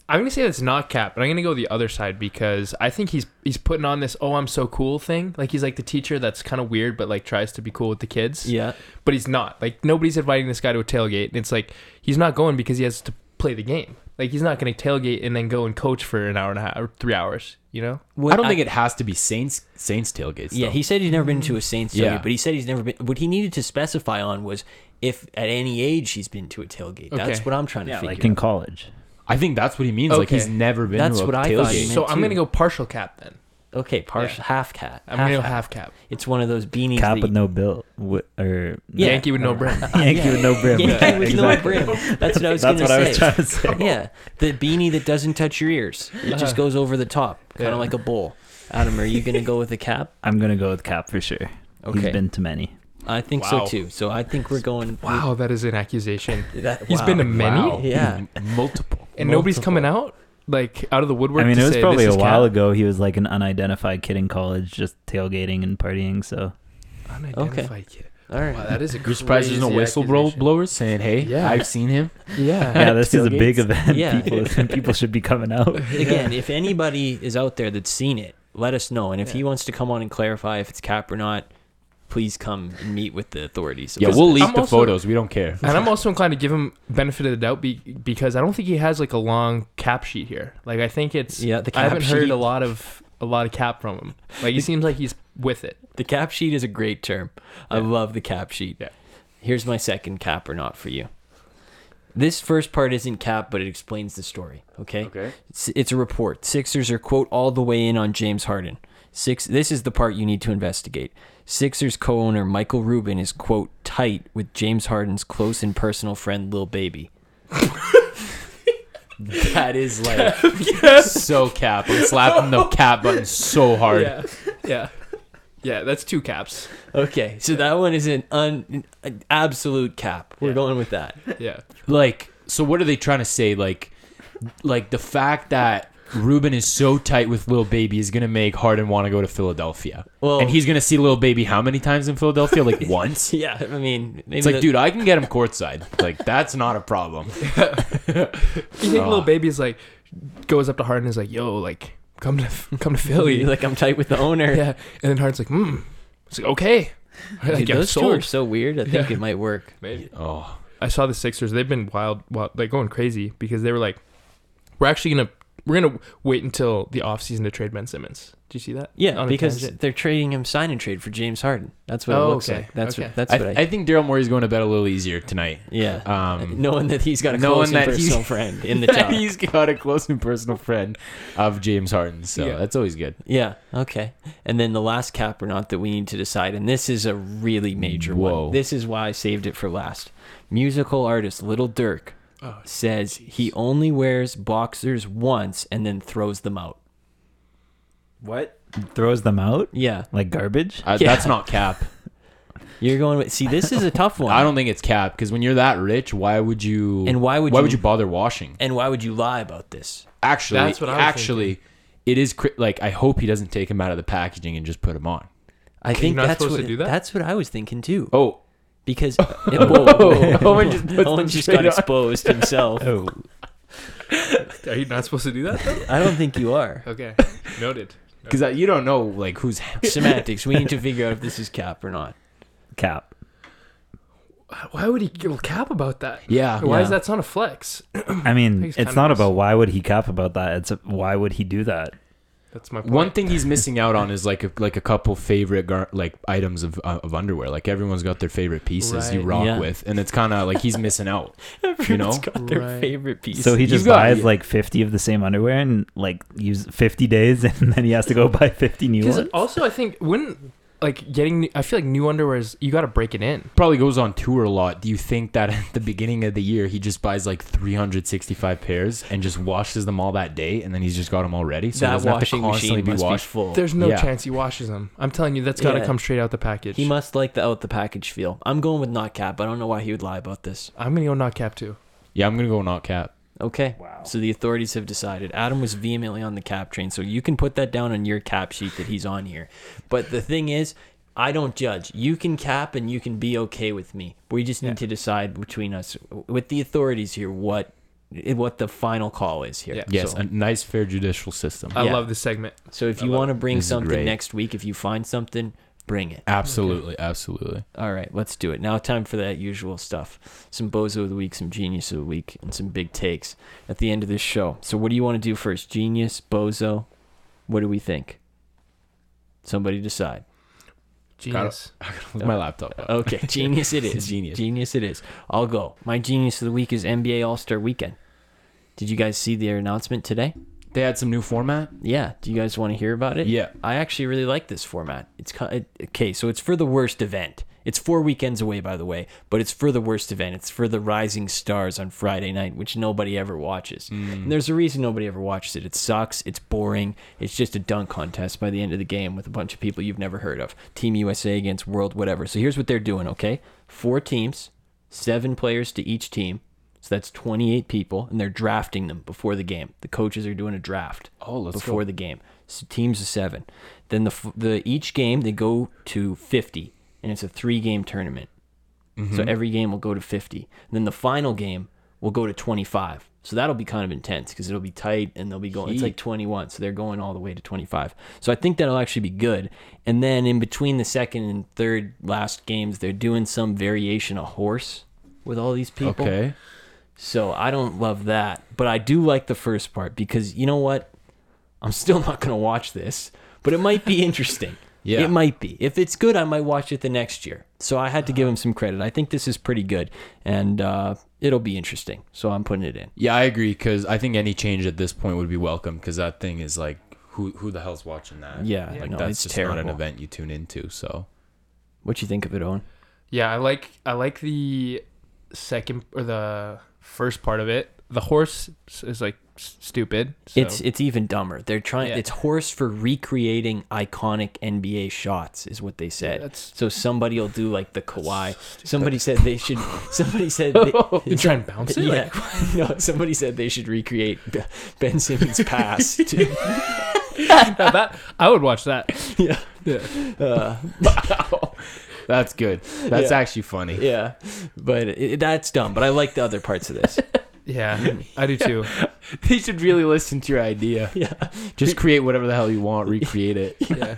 I'm gonna say that's not Cap, but I'm gonna go the other side because I think he's he's putting on this "oh I'm so cool" thing. Like he's like the teacher that's kind of weird, but like tries to be cool with the kids. Yeah. But he's not. Like nobody's inviting this guy to a tailgate, and it's like he's not going because he has to play the game. Like he's not gonna tailgate and then go and coach for an hour and a half or three hours. You know? Would I don't think it has to be Saints Saints tailgates. Yeah, though. he said he's never been to a Saints tailgate, Yeah. but he said he's never been. What he needed to specify on was if at any age he's been to a tailgate. That's Okay. what I'm trying to Yeah, figure like in out. college. I think that's what he means. Like Okay. he's never been That's to a what I tailgate. thought he meant. So I'm too. gonna go partial Cap then. Okay, partial half cat. I'm half gonna go hat. half Cap. It's one of those beanies. Cap that with you- no bill, wi- or Yeah. Yankee with no brim. Yankee with no brim. Yankee with no Exactly. brim. That's what I was That's gonna what say. I was trying to say. yeah, the beanie that doesn't touch your ears. It just goes over the top, kind Yeah. of like a bowl. Adam, are you gonna go with the cap? I'm gonna go with Cap for sure. Okay. He's been to many. I think so Wow. too. So I think we're going. Wow, that is an accusation. That, He's been to many, Wow. Yeah. Mm, multiple, and nobody's coming Multiple. out like out of the woodwork. I mean, to it was say, probably "This a is while Cap." ago. He was like an unidentified kid in college, just tailgating and partying. So Unidentified kid. All right. Wow, that is a You're surprised there's no crazy whistle blow- accusation. blowers saying, "Hey, Yeah. I've seen him." Yeah. yeah, this is a big Tailgates? event. Yeah. People, people should be coming out. Again, if anybody is out there that's seen it, let us know. And if he wants to come on and clarify if it's cap or not, please come and meet with the authorities. Yeah, Because we'll leak I'm the also- photos. We don't care. And I'm also inclined to give him benefit of the doubt be, because I don't think he has like a long cap sheet here. Like I think it's Yeah, the I haven't cap heard sheet. a lot of a lot of cap from him. Like he seems like he's with it. The cap sheet is a great term. I Yeah. love the cap sheet. Yeah. Here's my second cap or not for you. This first part isn't cap, but it explains the story. Okay. Okay. It's, it's a report. Sixers are quote all the way in on James Harden. Six. This is the part you need to investigate. Sixers co-owner Michael Rubin is quote tight with James Harden's close and personal friend Lil Baby. that is like so cap. I'm slapping the cap button so hard. Yeah. Yeah. Yeah, that's two caps. okay. So that one is an, un, an absolute cap. We're Yeah. going with that. Yeah. Like, so what are they trying to say? Like, like the fact that Ruben is so tight with Lil Baby is gonna make Harden want to go to Philadelphia. Well- and he's gonna see Lil Baby how many times in Philadelphia? Like once. Yeah. I mean, maybe It's like, the- dude, I can get him courtside. Like, that's not a problem. You think Oh. little baby's like goes up to Harden and is like, "Yo, like come to come to Philly." like I'm tight with the owner. yeah. And then Harden's like, "Hmm." It's like, "Okay." Like, Dude, I'm those two sold. are so weird. I think Yeah. it might work. Maybe. Oh, I saw the Sixers. They've been wild, wild, like going crazy because they were like, "We're actually gonna, we're gonna wait until the off season to trade Ben Simmons." Do you see that? Yeah, On a because tangent. they're trading him sign and trade for James Harden. That's what Oh, it looks okay. like. That's Okay. what. That's I, what I. I think Daryl Morey's going to bed a little easier tonight. yeah. Um, knowing that he's got a knowing close and that he's- personal friend in the that top. he's got a close and personal friend of James Harden, so Yeah. that's always good. Yeah. Okay. And then the last cap or not that we need to decide, and this is a really major Whoa. one. This is why I saved it for last. Musical artist Little Dirk Oh, says he only wears boxers once and then throws them out. What throws them out Yeah, like garbage? I, Yeah. That's not cap. you're going with. See, this is a tough one. I don't think it's cap because when you're that rich, why would you? And why would why you- would you bother washing? And why would you lie about this? Actually, That's what I was actually, it is cri- like I hope he doesn't take him out of the packaging and just put him on. I think not that's supposed what to do that? that's what I was thinking too. Oh, Because it, whoa, whoa, whoa. Owen just just, puts them got straight Oh. on. exposed himself. are you not supposed to do that though? I don't think you are. okay, noted. because you don't know like who's Semantics. We need to figure out if this is cap or not. Cap. Why would he give a cap about that? yeah. Why is Yeah. that not a flex? I mean, He's it's kinda not nice. about why would he cap about that. It's why would he do that? That's my point. One thing he's missing out on is like a, like a couple favorite gar- like items of uh, of underwear. Like everyone's got their favorite pieces you Right. rock Yeah. with, and it's kind of like he's missing out. you know, Everyone's got their Right. favorite piece. So he you've just got- buys like 50 of the same underwear and like use 50 days and then he has to go buy 50 new Because ones. also I think when like getting, I feel like new underwear is you got to break it in. probably goes on tour a lot. Do you think that at the beginning of the year he just buys like 365 pairs and just washes them all that day, and then he's just got them all ready? So he that doesn't have to washing machine constantly must washed? be full. There's no Yeah. chance he washes them. I'm telling you, that's got to Yeah. come straight out the package. he must like the out the package feel. I'm going with not cap. I don't know why he would lie about this. I'm gonna go not cap too. Yeah, I'm gonna go not cap. Okay. Wow. So the authorities have decided. Adam was vehemently on the cap train, so you can put that down on your cap sheet that he's on here. But the thing is, I don't judge. You can cap and you can be okay with me. We just need to decide between us with the authorities here what what the final call is here. Yeah. Yes, So, a nice fair judicial system. I Yeah. love this segment. so if you want to bring This is something great. next week, if you find something, bring it. absolutely, absolutely. All right, let's do it. Now, time for that usual stuff some bozo of the week, some genius of the week, and some big takes at the end of this show. So, what do you want to do first? Genius, bozo? What do we think? Somebody decide. Genius. With my laptop. up. Okay, genius it is. Oh. Genius. Genius it is. I'll go. My genius of the week is NBA All Star Weekend. Did you guys see their announcement today? They had some new format. Yeah. Do you guys want to hear about it? Yeah. I actually really like this format. It's ki- it- okay, so it's for the worst event. It's four weekends away, by the way, but it's for the worst event. It's for the Rising Stars on Friday night, which nobody ever watches. And there's a reason nobody ever watches it. It sucks. It's boring. It's just a dunk contest by the end of the game with a bunch of people you've never heard of. Team USA against World, whatever. So here's what they're doing, okay? Four teams, seven players to each team. So that's 28 people, and they're drafting them before the game. The coaches are doing a draft Oh, let's go. before the game. So teams of seven. Then the f- the each game they go to 50, and it's a three game tournament. Mm-hmm. So every game will go to 50. And then the final game will go to 25. So that'll be kind of intense because it'll be tight and they'll be going. It's like 21, so they're going all the way to 25. So I think that'll actually be good. And then in between the second and third last games, they're doing some variation of horse with all these people. Okay. So I don't love that, but I do like the first part because you know what? I'm still not going to watch this, but it might be interesting. Yeah. It might be. If it's good, I might watch it the next year. So I had to give him some credit. I think this is pretty good and uh, it'll be interesting. So I'm putting it in. Yeah, I agree because I think any change at this point would be welcome because that thing is like, who who the hell's watching that? Yeah, like no, that's it's just not an terrible. event you tune into. So What you think of it, Owen? Yeah, I like I like the second or the first part of it. The horse s- is like s- stupid. So. It's it's even dumber. They're trying. Yeah. It's horse for recreating iconic NBA shots, is what they said. that's- so somebody will do like the Kawhi. Somebody said they should. Somebody said they, you try and bounce it. Yeah. Like, no, somebody said they should recreate B- Ben Simmons' pass. To, now that I would watch that. yeah. Uh, that's good. That's Yeah. actually funny. Yeah. But it, that's dumb. But I like the other parts of this. Yeah, I do too. They should really listen to your idea. Yeah. Just create whatever the hell you want, recreate it. Yeah,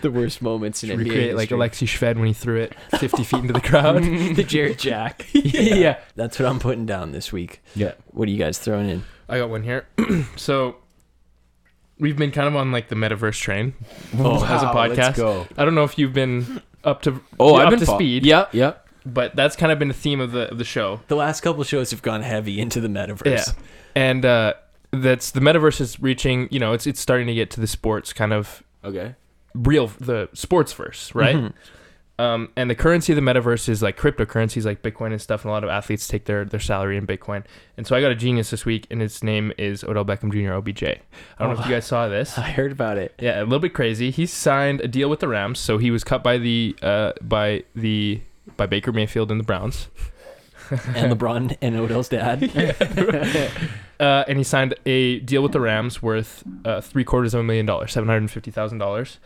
The worst moments in NBA recreate like history. Alexi Shved when he threw it 50 feet into the crowd. the Jared Jack. yeah, That's what I'm putting down this week. Yeah. What are you guys throwing in? I got one here. so we've been kind of on like the metaverse train. Oh, as a podcast. go. I don't know if you've been up to Oh, up I've been to fo- speed. Yep, yep. but that's kind of been the theme of the of the show. The last couple shows have gone heavy into the metaverse. Yeah, and uh, that's the metaverse is reaching. You know, it's it's starting to get to the sports kind of Okay. real the sports first, right? Um, and the currency of the metaverse is like cryptocurrencies, like Bitcoin and stuff. And a lot of athletes take their their salary in Bitcoin. And so I got a genius this week, and his name is Odell Beckham Jr. OBJ. I don't know if you guys saw this. I heard about it. Yeah, a little bit crazy. He signed a deal with the Rams, so he was cut by the uh, by the by Baker Mayfield and the Browns. And LeBron and Odell's dad. Uh, and he signed a deal with the Rams worth uh, three quarters of a million dollars, seven hundred and fifty thousand dollars.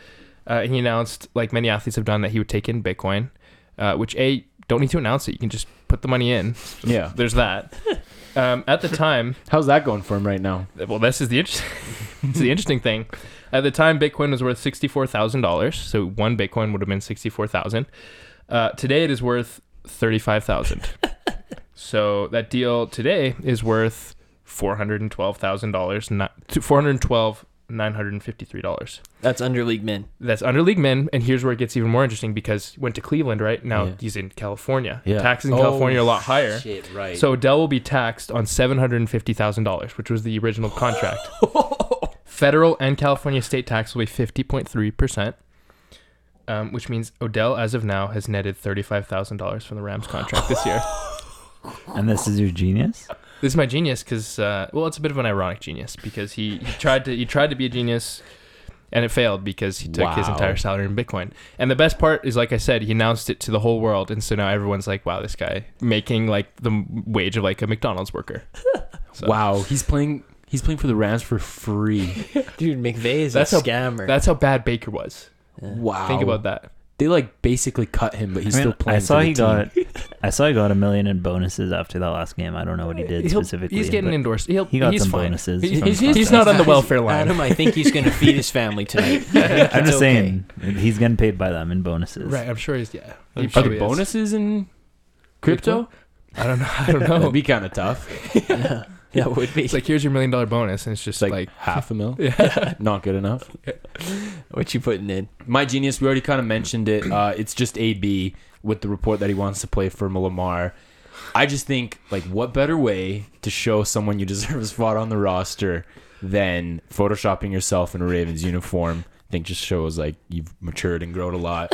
Uh, and he announced, like many athletes have done, that he would take in Bitcoin, uh, which a don't need to announce it. You can just put the money in. Yeah. There's that. Um, at the time, How's that going for him right now? well, this is the interesting, this is the interesting thing. At the time, Bitcoin was worth sixty four thousand dollars, so one Bitcoin would have been sixty four thousand. Uh, today, it is worth thirty five thousand. so that deal today is worth four hundred and twelve thousand dollars, four hundred twelve nine hundred and fifty three dollars. That's under league men. That's under league men, and here's where it gets even more interesting because he went to Cleveland, right? Now Yeah. he's in California. Yeah. Taxes in Oh, California are a lot higher. Shit, right. So Dell will be taxed on seven hundred and fifty thousand dollars, which was the original contract. Federal and California state tax will be fifty point three percent, um, which means Odell, as of now, has netted thirty-five thousand dollars from the Rams contract this year. And this is your genius? This is my genius because, uh, well, it's a bit of an ironic genius because he, he tried to he tried to be a genius, and it failed because he took his Wow. entire salary in Bitcoin. And the best part is, like I said, he announced it to the whole world, and so now everyone's like, "Wow, this guy making like the wage of like a McDonald's worker." wow, he's playing he's playing for the Rams for free. Dude, McVay is That's a a- scammer. That's how bad Baker was. Wow. Think about that. They like basically cut him, but he's I mean, still playing. I saw for the he team. got I saw he got a million in bonuses after that last game. I don't know what he did Uh, He'll- specifically. He's getting but endorsed. He'll, He got he's some fine. bonuses. He- from he's- he's contest. not on the welfare line. Adam, I think he's going to feed his family tonight. I'm It's just okay. saying he's getting paid by them in bonuses. Right, I'm sure he's yeah. He Are probably there is. bonuses in crypto? I don't know. I don't Oh. know. That'd be kind of tough. Yeah, yeah, it would be. it's like here's your million dollar bonus, and it's just It's like, like, half a mil. Yeah. Not good enough. what you putting in? My genius. We already kind of mentioned it. Uh, it's just AB with the report that he wants to play for Lamar. I just think like what better way to show someone you deserve a spot on the roster than photoshopping yourself in a Ravens uniform think just shows like you've matured and grown a lot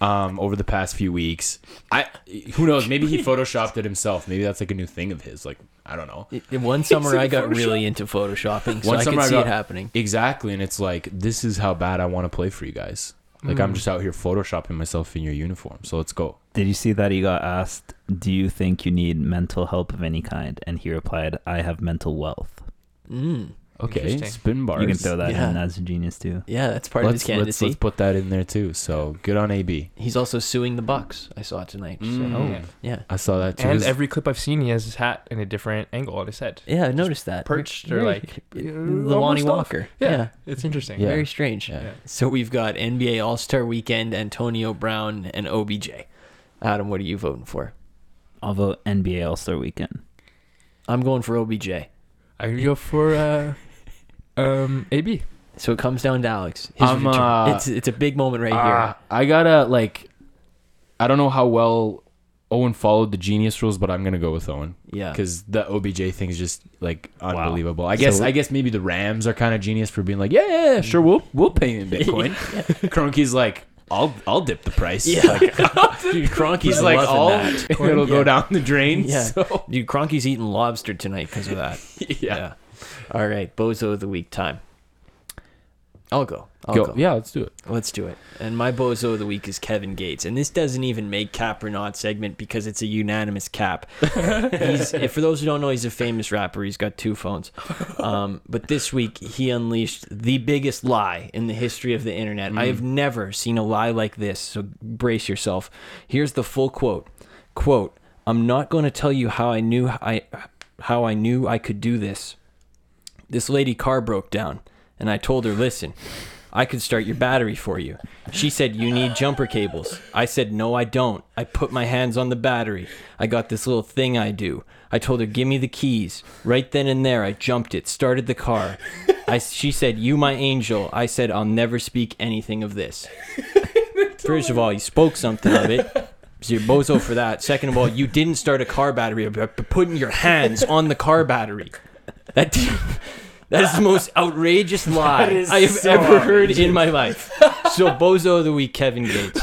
um, over the past few weeks. I who knows? Maybe he photoshopped it himself. Maybe that's like a new thing of his. Like I don't know. I- One summer I got really into photoshopping, so One I could summer I see got- it happening. Exactly, and it's like this is how bad I want to play for you guys. Like Mm. I'm just out here photoshopping myself in your uniform. So let's go. Did you see that he got asked, "Do you think you need mental help of any kind?" And he replied, "I have mental wealth." Mm. Okay, Interesting. spin bars. You can throw that Yeah. in. That's genius too. Yeah, that's part of his Let's, let's, candidacy. let's put that in there too. So good on AB. He's also suing the Bucks. I saw it tonight. So, Mm. Oh. yeah, I saw that too. And His- every clip I've seen, he has his hat in a different angle on his head. yeah, I noticed that. Perched or Very- like uh, Lonnie almost off. Walker. Yeah, yeah, it's interesting. Yeah. Very strange. Yeah. So we've got NBA All Star Weekend, Antonio Brown, and OBJ. Adam, what are you voting for? I'll vote NBA All Star Weekend. I'm going for OBJ. I could go for uh, um, AB. So it comes down to Alex. His I'm, return. uh, it's it's a big moment right Ah, I gotta like. I don't know how well Owen followed the genius rules, but I'm gonna go with Owen here. Yeah. because the OBJ thing is just like Wow. unbelievable. I guess I guess maybe the Rams are kind of genius for being like, yeah, yeah, yeah, sure, we'll we'll pay you in Bitcoin. Cronky's like, I'll I'll dip the price. Yeah. like, Dude, Cronky's he's like, loving all that. it'll Yeah. go down the drain. Yeah. So Dude, Cronky's eating lobster tonight because of that. yeah, All right, bozo of the week time. I'll go. I'll go. go. yeah, let's do it. Let's do it. And my bozo of the week is Kevin Gates. And this doesn't even make cap or not segment because it's a unanimous cap. he's, if- for those who don't know, he's a famous rapper. He's got two phones. Um, but this week, he unleashed the biggest lie in the history of the internet. I have never seen a lie like this. So brace yourself. Here's the full quote quote i'm not going to tell you how i knew i how i knew i could do this this lady car broke down and i told her listen i could start your battery for you she said you need jumper cables i said no i don't i put my hands on the battery i got this little thing i do i told her give me the keys right then and there i jumped it started the car I, she said you my angel i said i'll never speak anything of this First of all, you spoke something of it. So you're bozo for that. Second of all, you didn't start a car battery by p- putting your hands on the car battery. That that is the most outrageous lie I have ever heard in my life. So bozo of the week, Kevin Gates.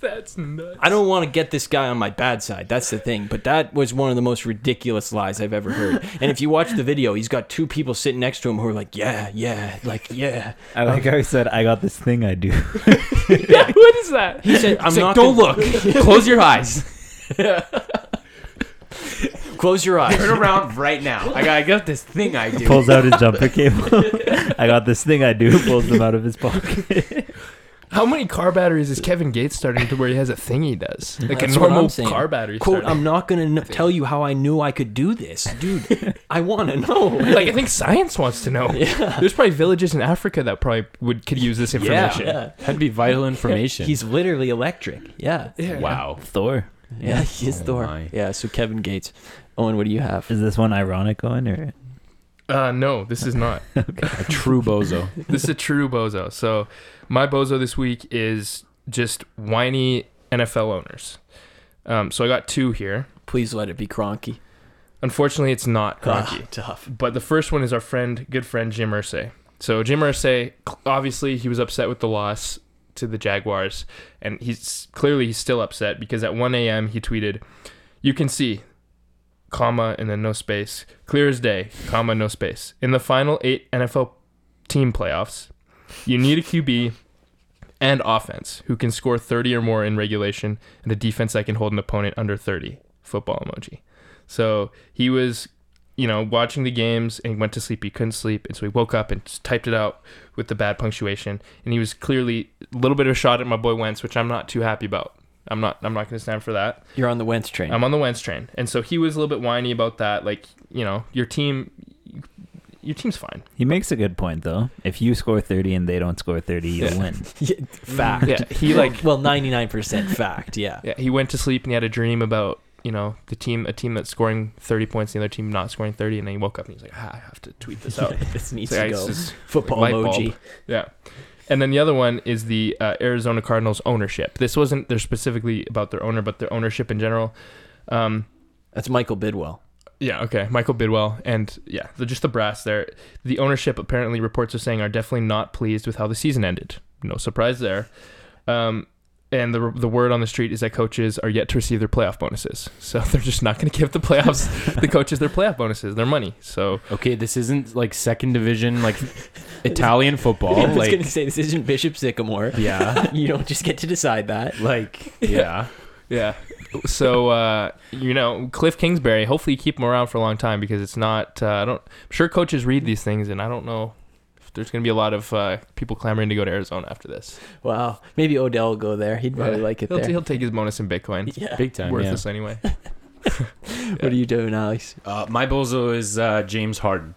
That's nuts. I don't want to get this guy on my bad side. That's the thing. But that was one of the most ridiculous lies I've ever heard. And if you watch the video, he's got two people sitting next to him who are like, yeah, yeah, like, yeah. I Oh. like how he said, "I got this thing I do." what is that? He said, I'm It's not gonna- like, don't look. Close your eyes. Close your eyes. Turn around right now. I got, I got this thing I do. Pulls out his jumper cable. I got this thing I do. Pulls them out of his pocket. How many car batteries is Kevin Gates starting to where he has a thing he does? Like That's a what I'm normal saying. car battery. quote starting. i'm not gonna kn- tell you how i knew i could do this dude i want to know like I think science wants to know. There's probably villages in Africa that probably would could use this information. That'd be vital information. he's literally electric yeah yeah, wow. Thor. he is Oh thor my. yeah so kevin gates owen what do you have Is this one ironic on or? Uh, no, this is not. A true bozo. this is a true bozo. So my bozo this week is just whiny NFL owners. Um, so I got two here. please let it be cronky Unfortunately, it's not Kroenke. Ah, tough But the first one is our friend, good friend Jim Irsay. So Jim Irsay, obviously, he was upset with the loss to the Jaguars, and he's clearly he's still upset because at 1 a.m. he tweeted, "You can see, comma and then no space, clear as day, comma no space. In the final eight NFL team playoffs, you need a QB." And offense, who can score 30 or more in regulation, and a defense that can hold an opponent under 30. Football emoji. So he was, you know, watching the games and he went to sleep. He couldn't sleep. And so he woke up and just typed it out with the bad punctuation. And he was clearly a little bit of a shot at my boy Wentz, which I'm not too happy about. I'm not I'm not gonna stand for that. you're on the wentz train I'm on the Wentz train. And so he was a little bit whiny about that. Like, you know, your team your team's fine. He makes a good point though. If you score thirty and they don't score thirty, you Yeah. win. Yeah, fact Yeah. He like well 99% fact yeah Yeah, he went to sleep and he had a dream about you know the team, a team that's scoring 30 points, the other team not scoring 30, and then he woke up and he's like, ah, I have to tweet this out. this needs So, yeah, to it's go just football light bulb. emoji Yeah. And then the other one is the uh, Arizona Cardinals ownership. This wasn't they're specifically about their owner, but their ownership in general. Um, that's michael bidwell yeah, okay. Michael Bidwell and yeah, the, just the brass there. The ownership apparently reports are saying are definitely not pleased with how the season ended. No surprise there. Um, and the the word on the street is that coaches are yet to receive their playoff bonuses, so they're just not going to give the playoffs the coaches their playoff bonuses, their money. So Okay, this isn't like second division like Italian football. I was like gonna say this isn't Bishop Sycamore. yeah, you don't just get to decide that. like yeah. Yeah. So uh, you know, Cliff Kingsbury. Hopefully, you keep him around for a long time because it's not. Uh, I don't. I'm sure coaches read these things, and I don't know if there's going to be a lot of uh, people clamoring to go to Arizona after this. Wow. Maybe Odell will go there. He'd probably Yeah. like it He'll, there. he'll take his bonus in Bitcoin. yeah. Big time. yeah. Worthless anyway. What are you doing, Alex? Uh, my bozo is uh, James Harden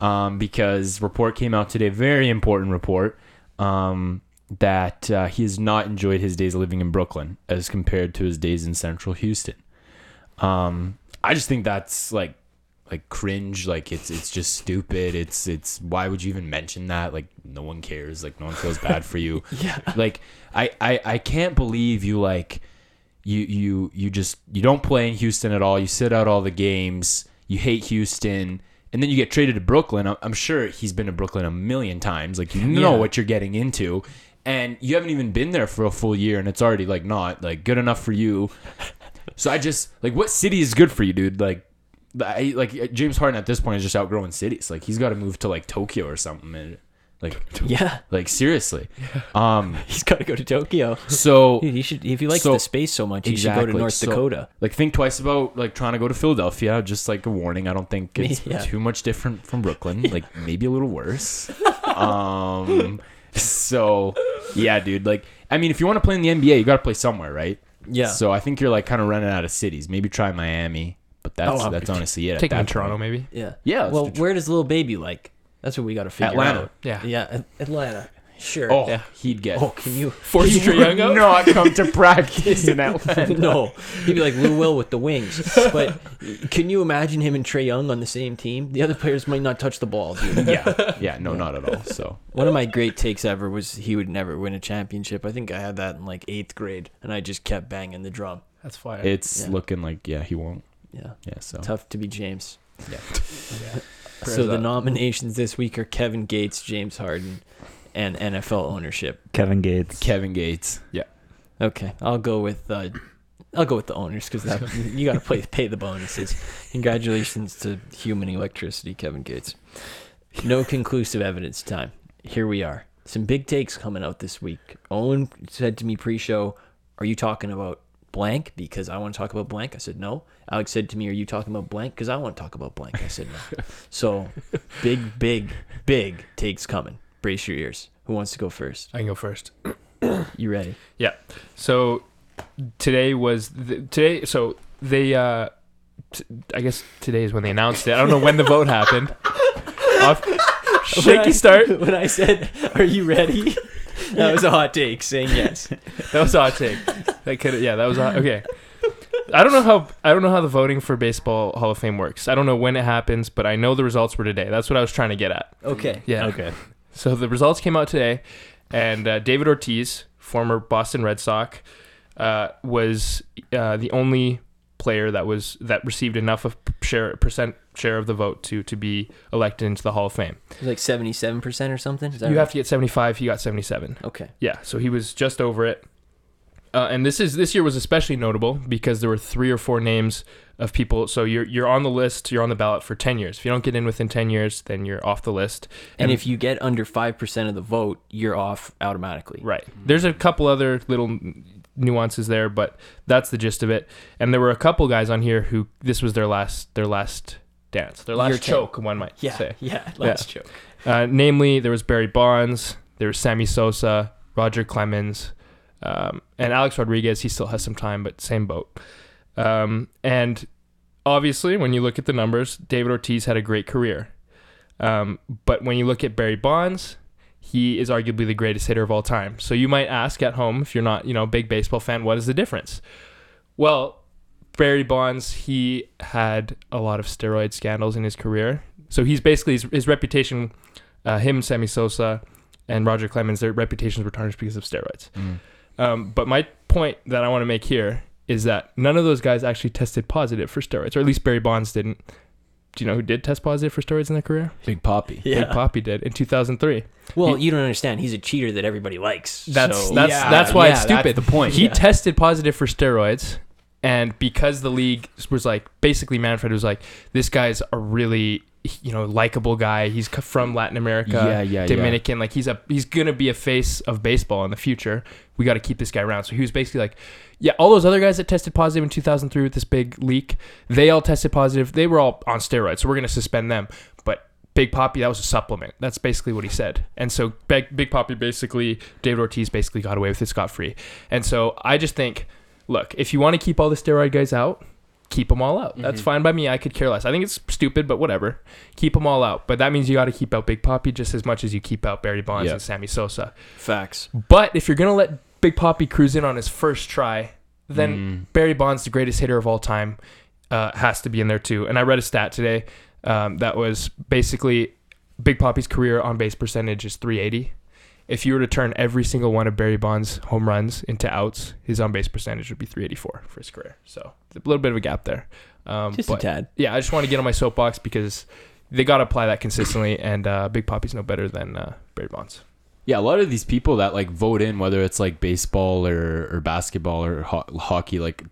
um, because report came out today, very important report um, that uh, he has not enjoyed his days living in Brooklyn as compared to his days in Central Houston. Um, I just think that's like like cringe. Like it's it's just stupid. It's it's why would you even mention that? Like no one cares. Like no one feels bad for you. yeah. Like I, I I can't believe you like you you you just you don't play in Houston at all. You sit out all the games. You hate Houston, and then you get traded to Brooklyn. I'm, I'm sure he's been to Brooklyn a million times. Like you know what you're getting into, and you haven't even been there for a full year, and it's already like not like good enough for you. So I just like what city is good for you, dude? Like. I, like James Harden at this point is just outgrowing cities. Like he's got to move to like Tokyo or something. And, like, Yeah. like seriously. Um. He's got to go to Tokyo. So Dude, he should. If he likes So- the space so much, he should go to North So, Dakota. Like think twice about like trying to go to Philadelphia. Just like a warning. I don't think it's Yeah. too much different from Brooklyn. Like maybe a little worse. um. So yeah, dude. Like I mean, if you want to play in the NBA, you got to play somewhere, right? Yeah. So I think you're like kind of running out of cities. Maybe try Miami, but that's Oh, that's honestly it. at Take him that to Toronto, point. maybe. yeah. Yeah, let's Well, do Tr- where does little baby like? That's what we got to figure Atlanta. out. Yeah. Yeah. At- Atlanta. Sure. Oh, Yeah. he'd get. Oh, can you? Force he Trae would Young out? not come to practice in Atlanta. no, he'd be like Lou Will with the wings. But can you imagine him and Trey Young on the same team? The other players might not touch the ball. Dude. Yeah, yeah, no, not at all. So One of my great takes ever was he would never win a championship. I think I had that in like eighth grade, and I just kept banging the drum. That's fire. it's Yeah. looking like yeah, he won't. Yeah, Yeah, so Oh. tough to be James. Yeah. So the up. nominations this week are Kevin Gates, James Harden, and NFL ownership. Kevin Gates. Kevin Gates. Okay, I'll go with uh, I'll go with the owners because you got to play pay the bonuses. Congratulations to human electricity, Kevin Gates. No conclusive evidence time. Here we are. Some big takes coming out this week. Owen said to me pre-show, "Are you talking about blank?" Because I want to talk about blank. I said no. Alex said to me, "Are you talking about blank?" Because I want to talk about blank. I said no. so big, big, big takes coming. Brace your ears. Who wants to go first? I can go first. You ready? So today was the, today. So they, uh, t- I guess today is when they announced it. I don't know when the vote happened. Off, When I- shaky start. When I said, "Are you ready?" That was a hot take saying yes. That was a hot take. That could yeah, that was a hot, okay. I don't know how I don't know how the voting for baseball Hall of Fame works. I don't know when it happens, but I know the results were today. That's what I was trying to get at. Okay. Yeah. Okay. So the results came out today, and uh, David Ortiz, former Boston Red Sox, uh, was uh, the only player that was that received enough of share percent share of the vote to to be elected into the Hall of Fame. It was like seventy-seven percent or something. Is that You right? have to get seventy five. He got seventy seven. Okay. Yeah, so he was just over it. Uh, and this is this year was especially notable because there were three or four names of people. So you're you're on the list, you're on the ballot for ten years. If you don't get in within ten years, then you're off the list. And if you get under five percent of the vote, you're off automatically. Right. There's a couple other little nuances there, but that's the gist of it. And there were a couple guys on here who this was their last their last dance, their last Your ten. choke, one might Yeah. say. Yeah. Last joke. Uh, namely, there was Barry Bonds, there was Sammy Sosa, Roger Clemens, um, and Alex Rodriguez. He still has some time, but same boat. Um, and obviously, when you look at the numbers, David Ortiz had a great career. Um, but when you look at Barry Bonds, he is arguably the greatest hitter of all time. So you might ask at home, if you're not, you know, a big baseball fan, what is the difference? Well, Barry Bonds, he had a lot of steroid scandals in his career. So he's basically his, his reputation, uh, him, Sammy Sosa, and Roger Clemens, their reputations were tarnished because of steroids. Mm. Um, but my point that I want to make here is that none of those guys actually tested positive for steroids, or at least Barry Bonds didn't. do you know who did test positive for steroids in their career? Big Poppy. Yeah. Big Poppy did in 2003. Well, you don't understand. He's a cheater that everybody likes. That's so- that's Yeah, that's why it's yeah, that's stupid. the point. He Yeah. tested positive for steroids, and because the league was like basically Manfred was like, this guy's a really you know likable guy. He's c- from Latin America, Yeah, yeah, yeah. Dominican. Like he's a he's gonna be a face of baseball in the future. We got to keep this guy around. So he was basically like, yeah, all those other guys that tested positive in 2003 with this big leak, they all tested positive. They were all on steroids, so we're gonna suspend them. But Big Poppy, that was a supplement. That's basically what he said. And so Big, Big Poppy basically, David Ortiz basically got away with it scot free. And so I just think, look, if you want to keep all the steroid guys out, keep them all out. That's fine by me. I could care less. I think it's stupid, but whatever. Keep them all out. But that means you got to keep out Big Poppy just as much as you keep out Barry Bonds Yeah. and Sammy Sosa. facts. But if you're going to let Big Poppy cruise in on his first try, then Mm. Barry Bonds, the greatest hitter of all time, uh, has to be in there too. And I read a stat today um, that was basically Big Poppy's career on base percentage is 380. If you were to turn every single one of Barry Bonds' home runs into outs, his on base percentage would be 384 for his career. So a little bit of a gap there. Um, Just but- a tad. yeah, I just want to get on my soapbox because they got to apply that consistently, and uh, Big Poppy's no better than uh, Barry Bonds. Yeah, a lot of these people that like vote in, whether it's like baseball or, or basketball or ho- hockey, like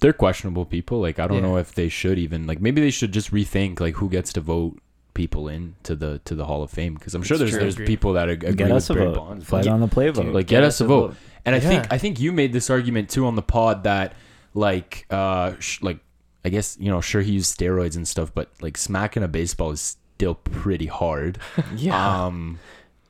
they're questionable people. Like I don't Yeah. know if they should even like maybe they should just rethink like who gets to vote people in to the to the Hall of Fame because I'm sure there's That's true. there's Agree. people that ag- agree Get with us a Barry vote. Bonds. Flat on the play vote. Like get, us a vote. And I Yeah. think I think you made this argument too on the pod that like uh sh- like I guess you know sure he used steroids and stuff, but like smacking a baseball is still pretty hard. uh, Yeah. Um,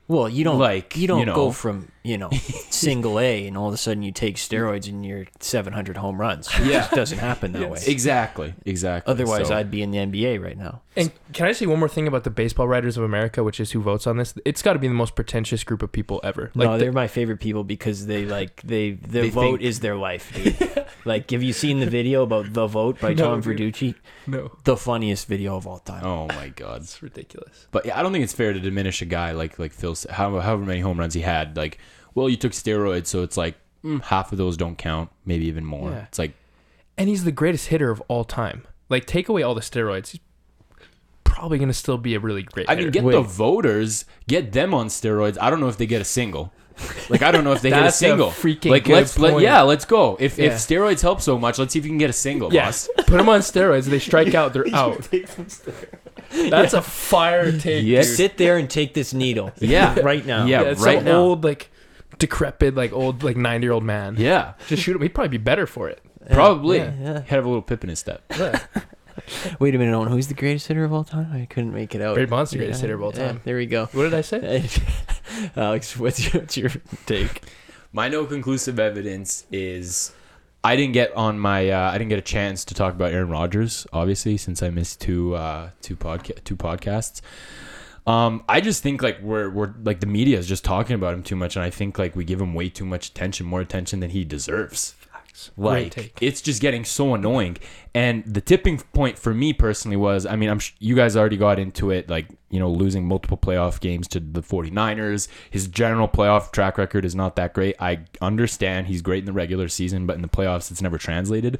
Well, you don't like, like you don't you know. go from you know single A and all of a sudden you take steroids and you're 700 home runs. It just doesn't happen that way. exactly, exactly. Otherwise, So- I'd be in the NBA right now. And can I say one more thing about the Baseball Writers of America, which is who votes on this? It's got to be the most pretentious group of people ever. Like, no, the- they're my favorite people because they like they their They vote think- is their life. dude. like, have you seen the video about the vote by No, John dude. Verducci? no, The funniest video of all time. Oh my god! it's ridiculous. But yeah, I don't think it's fair to diminish a guy like like Phil. said- How however many home runs he had, like, well, you took steroids, so it's like mm, half of those don't count, maybe even more. Yeah. It's like And he's the greatest hitter of all time. Like, take away all the steroids, he's probably going to still be a really great. I hitter. mean, get the Wait. voters, get them on steroids. I don't know if they get a single. Like I don't know if they hit a That's a single. freaking like good let's let, point. yeah, let's go. If if Yeah. steroids help so much, let's see if you can get a single. yes, Yes. put them on steroids. They strike out, they're out. That's a fire take. Yeah. dude. Sit there and take this needle. Yeah. right now. Yeah. Yeah, it's right some now. old like decrepit like old like 90 year old man Yeah. just shoot him he'd probably be better for it Probably. yeah, Have a little pip in his step. Wait a minute, Owen. Who's the greatest hitter of all time? I couldn't make it out. Barry Bonds, the greatest hitter of all yeah, time. there we go. what did i say Alex, what's your, what's your take? My no conclusive evidence is I didn't get on my uh, I didn't get a chance to talk about Aaron Rodgers, obviously, since I missed two uh, two podcast two podcasts. Um, I just think like we're we're like the media is just talking about him too much, and I think like we give him way too much attention, more attention than he deserves. Great Like take. it's just getting so annoying. And the tipping point for me personally was, I mean, I'm sh- you guys already got into it, like you know, losing multiple playoff games to the 49ers. His general playoff track record is not that great. I understand he's great in the regular season, but in the playoffs, it's never translated.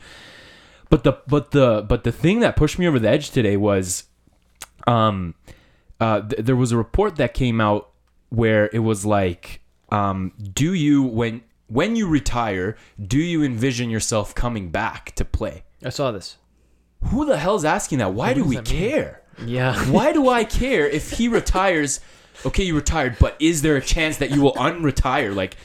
But the but the but the thing that pushed me over the edge today was, um, uh, th- there was a report that came out where it was like, um, do you when when you retire, do you envision yourself coming back to play? I saw this. Who the hell's asking that? Why do we care? Yeah. Why do I care if he retires? Okay, you retired, but is there a chance that you will unretire? Like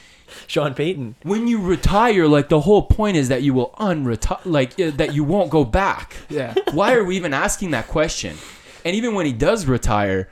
Sean Payton. when you retire, like the whole point is that you will unretire, like uh, that you won't go back. yeah Why are we even asking that question? And even when he does retire,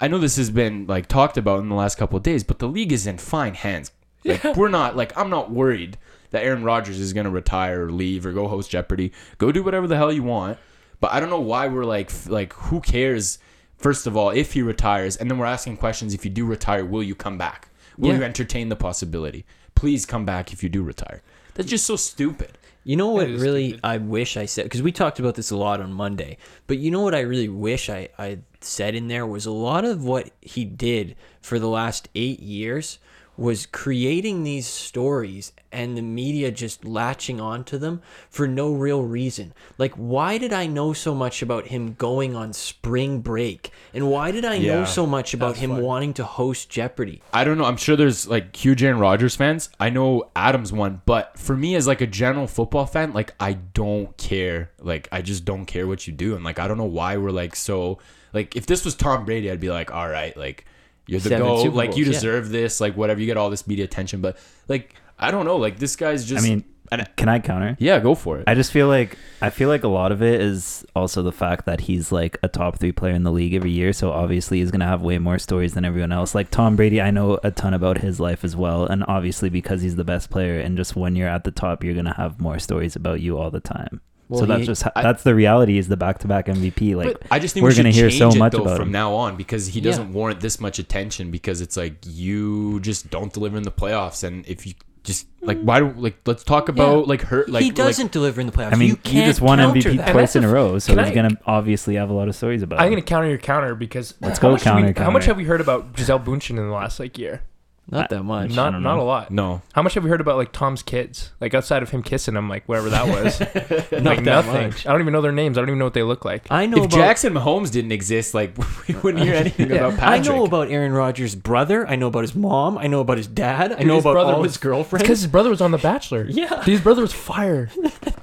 I know this has been like talked about in the last couple of days, but the league is in fine hands. Like we're not like I'm not worried that Aaron Rodgers is going to retire or leave or go host Jeopardy. Go do whatever the hell you want. But I don't know why we're like f- like who cares first of all if he retires and then we're asking questions if you do retire will you come back? Will Yeah. you entertain the possibility? Please come back if you do retire. That's just so stupid. You know what is really I wish I said because we talked about this a lot on Monday, but you know what I really wish I, I said in there was a lot of what he did for the last eight years was creating these stories and the media just latching onto them for no real reason. Like, why did I know so much about him going on spring break? And why did I know Yeah, so much about him wanting to host Jeopardy? I don't know. I'm sure there's like huge Aaron Rodgers fans. I know Adams won, but for me as like a general football fan, like I don't care. Like I just don't care what you do, and like I don't know why we're like so. Like if this was Tom Brady, I'd be like, all right, like you're the Seven go, Super like you Bowls, yeah. deserve this, like whatever. You get all this media attention, but like I don't know. Like this guy's I just. mean, and- can I counter? yeah, go for it. I just feel like I feel like a lot of it is also the fact that he's like a top three player in the league every year, so obviously he's gonna have way more stories than everyone else. Like Tom Brady, I know a ton about his life as well, and obviously because he's the best player, and just when you're at the top, you're gonna have more stories about you all the time. Well, so that's he- just ho- I- that's the reality. Is the back to back MVP like? I just think we're we should gonna hear change so it, much though, about from him. now on because he Yeah. doesn't warrant this much attention because it's like you just don't deliver in the playoffs and if you just like why do like let's talk about Yeah. like hurt like he like- doesn't deliver in the playoffs. I mean, you, you, can't just won counter MVP that. twice that's in a the- row, so can he's I- gonna obviously have a lot of stories about. I'm him. going to counter your counter because Let's how go much do we- counter, How much counter. have we heard about Giselle Bundchen in the last like year? Not that much. Not not a lot. no How much have we heard about like Tom's kids? Like outside of him kissing him, like whatever that was. Not like that nothing. much. Uh, I don't even know their names. I don't even know what they look like. I know if about Jackson Mahomes didn't exist like we wouldn't hear anything about I Patrick know about Aaron Rodgers' brother. I know about his mom. I know about his dad. I know his about brother all was- his girlfriends. Because his brother was on The Bachelor. Yeah. His brother was fire.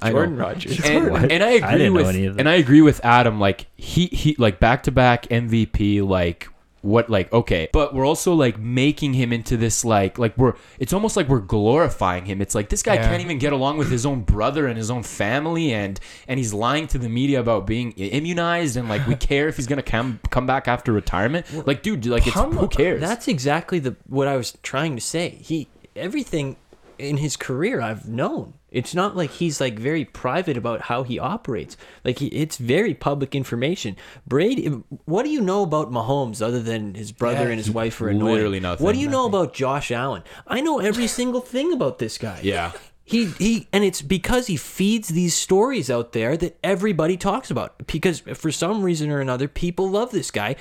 I know. Jordan Rodgers. and, and I agree I didn't know with any of that. and I agree with Adam. Like he he like back to back MVP. Like what like okay, but we're also like making him into this like like we're it's almost like we're glorifying him. It's like this guy Yeah. can't even get along with his own brother and his own family, and and he's lying to the media about being i- immunized and like we care if he's gonna come come back after retirement. Like dude, like it's, Pump- who cares? That's exactly the what I was trying to say. He everything in his career I've known. It's not like he's like very private about how he operates. Like he, it's very public information. Brady, what do you know about Mahomes other than his brother Yeah, and his wife are annoying? literally nothing. What do you know about Josh Allen? I know every single thing about this guy. yeah. He he and it's because he feeds these stories out there that everybody talks about because for some reason or another people love this guy.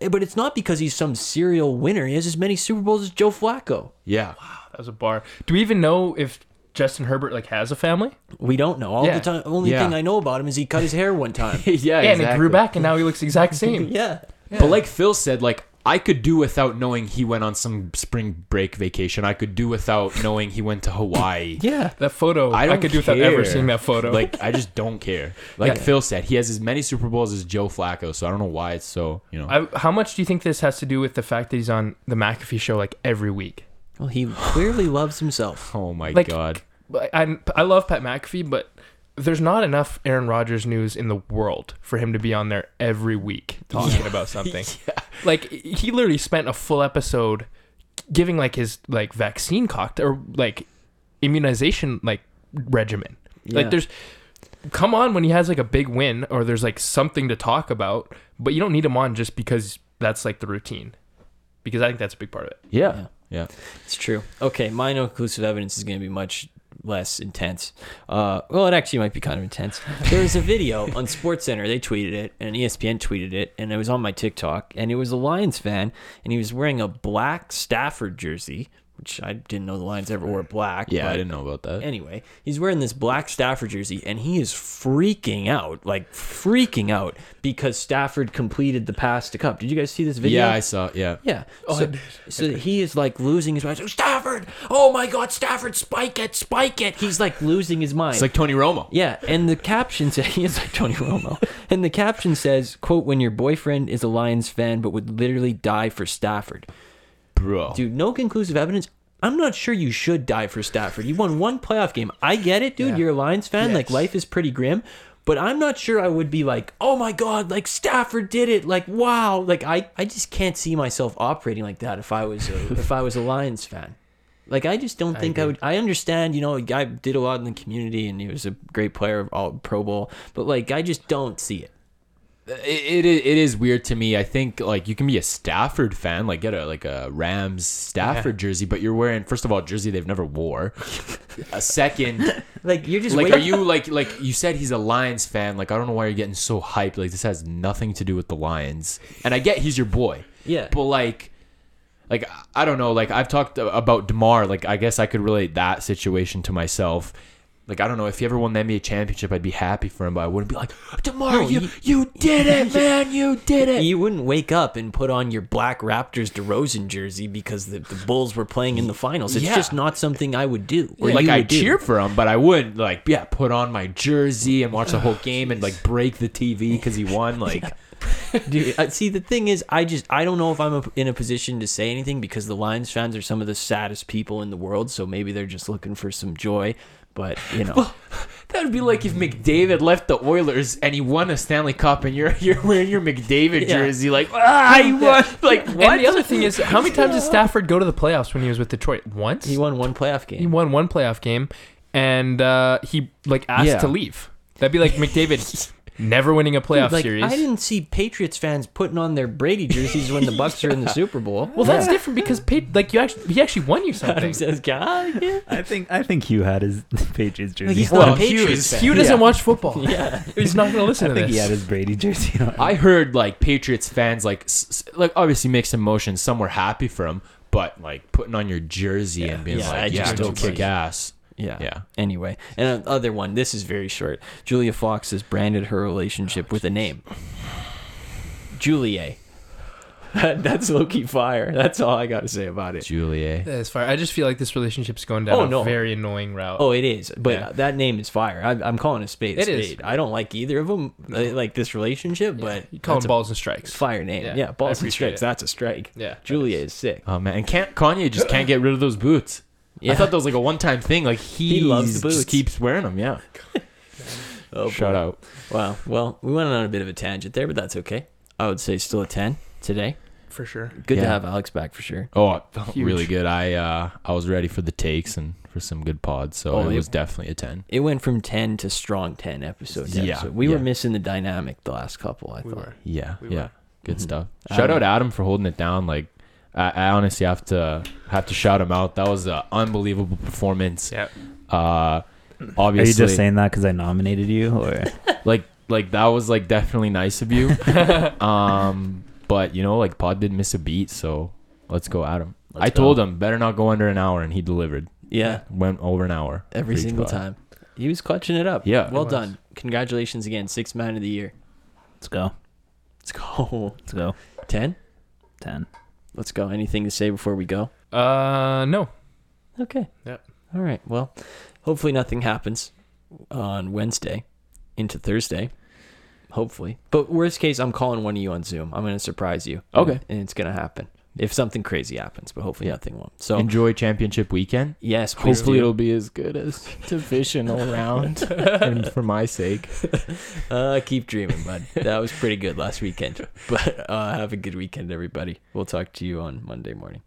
But it's not because he's some serial winner. He has as many Super Bowls as Joe Flacco. Yeah. That was a bar. Do we even know if Justin Herbert like has a family? We don't know. All Yeah. the time only Yeah. thing I know about him is he cut his hair one time. Yeah, Yeah, and it grew exactly. back and now he looks the exact same. yeah. But like Phil said, like I could do without knowing he went on some spring break vacation. I could do without knowing he went to Hawaii. Yeah. That photo, I, I don't could do without ever care. seeing that photo. Like I just don't care. Like Phil said, he has as many Super Bowls as Joe Flacco, so I don't know why it's so you know. I, how much do you think this has to do with the fact that he's on the McAfee show like every week? Well, he clearly loves himself. oh my like- god. But I, I love Pat McAfee, but there's not enough Aaron Rodgers news in the world for him to be on there every week talking about something. Like he literally spent a full episode giving like his like vaccine cocktail or like immunization like regimen. Yeah. Like there's come on when he has like a big win or there's like something to talk about, but you don't need him on just because that's like the routine. Because I think that's a big part of it. Yeah. Yeah. It's true. Okay, my non-conclusive evidence is going to be much less intense. Uh, well, it actually might be kind of intense. There was a video on SportsCenter. They tweeted it, and E ESPN tweeted it, and it was on my TikTok. And it was a Lions fan, and he was wearing a black Stafford jersey, which I didn't know the Lions ever wore black. Yeah, I but- didn't know about that. Anyway, he's wearing this black Stafford jersey and he is freaking out, like freaking out because Stafford completed the pass to Cup. Did you guys see this video? Yeah, I saw. Yeah. Yeah. Oh, so, so he is like losing his mind. Stafford! Oh my God, Stafford! Spike it! Spike it! He's like losing his mind. It's like Tony Romo. yeah, and the caption says he is like Tony Romo, and the caption says, "quote When your boyfriend is a Lions fan but would literally die for Stafford, Bro. dude. No conclusive evidence. I'm not sure you should die for Stafford. You won one playoff game. I get it, dude. You're a Lions fan. Like life is pretty grim." But I'm not sure I would be like, oh my God, like Stafford did it. Like, wow. Like I, I just can't see myself operating like that if I was a, if I was a Lions fan. Like I just don't think I, would. I understand, you know, a guy did a lot in the community, and he was a great player of all Pro Bowl. But like, I just don't see it. it, it it is weird to me. I think like you can be a Stafford fan, like get a like a Rams Stafford jersey, but you're wearing first of all a jersey they've never wore. a second, Like you're just like are waiting- you like like you said he's a Lions fan? Like I don't know why you're getting so hyped. Like this has nothing to do with the Lions. And I get he's your boy. Yeah. But like like I don't know, like I've talked about Demar. Like I guess I could relate that situation to myself. Like I don't know if he ever won the NBA championship, I'd be happy for him, but I wouldn't be like Demar, No, you you- you did it, man, you did it. You wouldn't wake up and put on your black Raptors DeRozan jersey because the, the Bulls were playing in the finals. It's Yeah. just not something I would do. Or like you I would do. cheer for him, but I would like yeah put on my jersey and watch the whole game and like break the TV because he won. Like Dude, I- see, the thing is, I just I don't know if I'm a, in a position to say anything because the Lions fans are some of the saddest people in the world. So maybe they're just looking for some joy. But you know, that would be like if McDavid left the Oilers and he won a Stanley Cup and you're you're wearing your McDavid Yeah. jersey like ah he won like And the other thing is, how many times did Stafford go to the playoffs when he was with Detroit? Once. he won one playoff game. He won one playoff game, and uh, he like asked Yeah. to leave. That'd be like McDavid never winning a playoff Dude, like, series. I didn't see Patriots fans putting on their Brady jerseys when the Bucks are in the Super Bowl. well, that's different because Pate, like you actually he actually won you something. Adam says, God, yeah. I think I think Hugh had his Patriots jersey. he's on. not Well, a Hugh Patriots is- fan. Hugh doesn't Yeah. watch football. Yeah, he's not going to listen I to think this. he had his Brady jersey on. I heard like Patriots fans like s- s- like obviously mixed emotions. Some were happy for him, but like putting on your jersey and being Yeah, I like just yeah, don't don't kick like- ass. Yeah. Yeah. Anyway, and another one. This is very short. Julia Fox has branded her relationship with a name. Julie. That, that's Loki Fire. That's all I got to say about it. Julie. That is fire. I just feel like this relationship's going down Oh, a no. very annoying route. Oh, it is. But Yeah. that name is Fire. I, I'm calling a spade a It spade. is. I don't like either of them, like this relationship, but you call that's him a balls and strikes. fire name. Yeah, Yeah, I balls and appreciate strikes. it. That's a strike. Yeah, that Julia is sick. Oh man, and can't Kanye just can't get rid of those boots? Yeah. I thought that was like a one-time thing. Like he, loves the boots. Just keeps wearing them. Yeah. Oh, Shout boy. out. Wow. Well, we went on a bit of a tangent there, but that's okay. I would say still a 10 today. for sure. Good to Yeah. have Alex back for sure. Oh, it felt really good. I uh, I was ready for the takes and for some good pods, so Oh, it it- was definitely a ten. It went from 10 to strong 10 episode. to Yeah, episode. We were yeah. missing the dynamic the last couple, I We thought. were. Yeah, We yeah, were. good stuff. Adam- Mm-hmm. Shout out Adam for holding it down. Like, I, I honestly have to have to shout him out. That was an unbelievable performance. Yeah. Uh, Are you obviously, just saying that because I nominated you, or like like that was like definitely nice of you. um, but you know, like Pod didn't miss a beat, so let's go, Adam. Let's I go. told him better not go under an hour, and he delivered. Yeah, Went over an hour every for each single pod. time. He was clutching it up. Yeah. Well He was. done. Congratulations again. Sixth man of the year. let's go, Let's go. let's go, 10? ten. Let's go. Anything to say before we go? Uh, no. Okay. Yep. All right. Well, hopefully nothing happens on Wednesday into Thursday. Hopefully. But worst case, I'm calling one of you on Zoom. I'm going to surprise you. Okay. And it's going to happen if something crazy happens, but hopefully nothing won't. So, Enjoy championship weekend. yes, please Hopefully, do. it'll be as good as divisional round, and for my sake. Uh, keep dreaming, bud. That was pretty good last weekend. But uh, have a good weekend, everybody. We'll talk to you on Monday morning.